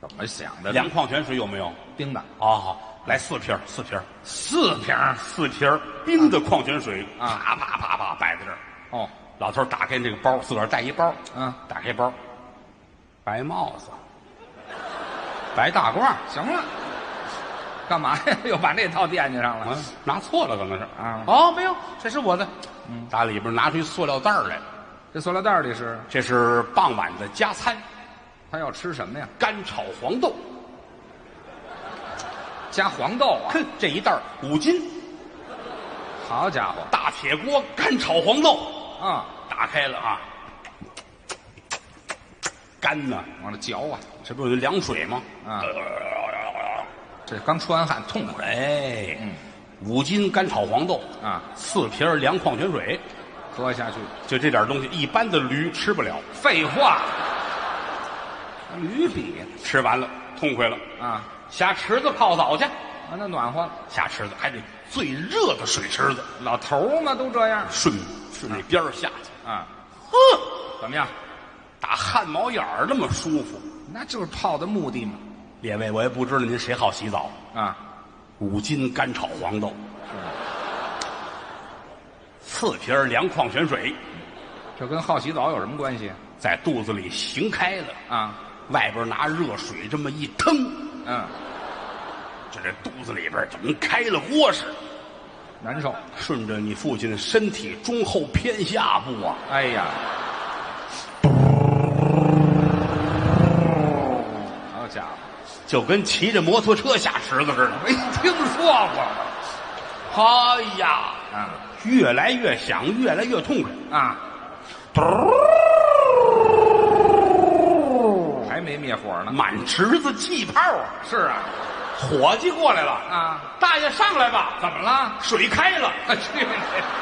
Speaker 2: 怎么想的？
Speaker 1: 凉矿泉水有没有？
Speaker 2: 冰的
Speaker 1: 啊好，来四瓶儿，四瓶儿，
Speaker 2: 四瓶儿
Speaker 1: 四瓶儿冰的矿泉水，
Speaker 2: 啊
Speaker 1: 啪啪啪啪摆在这儿，
Speaker 2: 哦，
Speaker 1: 老头儿打开这个包，自个儿带一包，
Speaker 2: 嗯
Speaker 1: 打开包，白帽子，白大褂儿，
Speaker 2: 行了，干嘛呀？ 又把那套惦记上
Speaker 1: 啊
Speaker 2: 了？，
Speaker 1: 拿错了可能是
Speaker 2: 啊嗯
Speaker 1: 哦，没有，这是我的。打里边拿出一塑料袋儿来，
Speaker 2: 这塑料袋里是
Speaker 1: 这是傍晚的加餐，
Speaker 2: 他要吃什么呀？
Speaker 1: 干炒黄豆，
Speaker 2: 加黄豆啊！
Speaker 1: 哼，这一袋儿五斤，
Speaker 2: 好家伙
Speaker 1: 大铁锅干炒黄豆，
Speaker 2: 啊！
Speaker 1: 打开了啊，干呢，
Speaker 2: 往那嚼啊！
Speaker 1: 这不是有凉水吗？呃
Speaker 2: 啊这刚出完汗，痛快。
Speaker 1: 哎，五斤干炒黄豆
Speaker 2: 啊
Speaker 1: 四瓶儿凉矿泉水，
Speaker 2: 喝下去。
Speaker 1: 就这点东西，一般的驴吃不了，
Speaker 2: 废话，驴比
Speaker 1: 吃完了痛快了，
Speaker 2: 啊
Speaker 1: 下池子泡澡去。
Speaker 2: 啊，那暖和了。
Speaker 1: 下池子还得最热的水池子，
Speaker 2: 老头儿嘛都这样
Speaker 1: 顺顺那边儿下去，
Speaker 2: 啊，
Speaker 1: 呵，
Speaker 2: 怎么样？
Speaker 1: 打汗毛眼儿那么舒服。
Speaker 2: 那就是泡的目的嘛
Speaker 1: 列位，我也不知道您谁好洗澡，
Speaker 2: 啊，
Speaker 1: 五斤干炒黄豆，
Speaker 2: 是
Speaker 1: 四瓶儿凉矿泉水，
Speaker 2: 这跟好洗澡有什么关系
Speaker 1: 在肚子里行开了，
Speaker 2: 啊？
Speaker 1: 外边拿热水这么一腾，
Speaker 2: 嗯，
Speaker 1: 就这肚子里边儿就跟开了锅似的，
Speaker 2: 难受。
Speaker 1: 顺着你父亲的身体中后偏下部啊，
Speaker 2: 哎呀，好家伙，
Speaker 1: 就跟骑着摩托车下池子似的。
Speaker 2: 没听说过
Speaker 1: 哎呀，
Speaker 2: 啊
Speaker 1: 越来越响，越来越痛快。
Speaker 2: 啊，还没灭火呢。
Speaker 1: 满池子气泡啊！
Speaker 2: 是啊，
Speaker 1: 伙计过来了
Speaker 2: 啊，
Speaker 1: 大爷上来吧，
Speaker 2: 怎么了？
Speaker 1: 水开了，
Speaker 2: 我去你！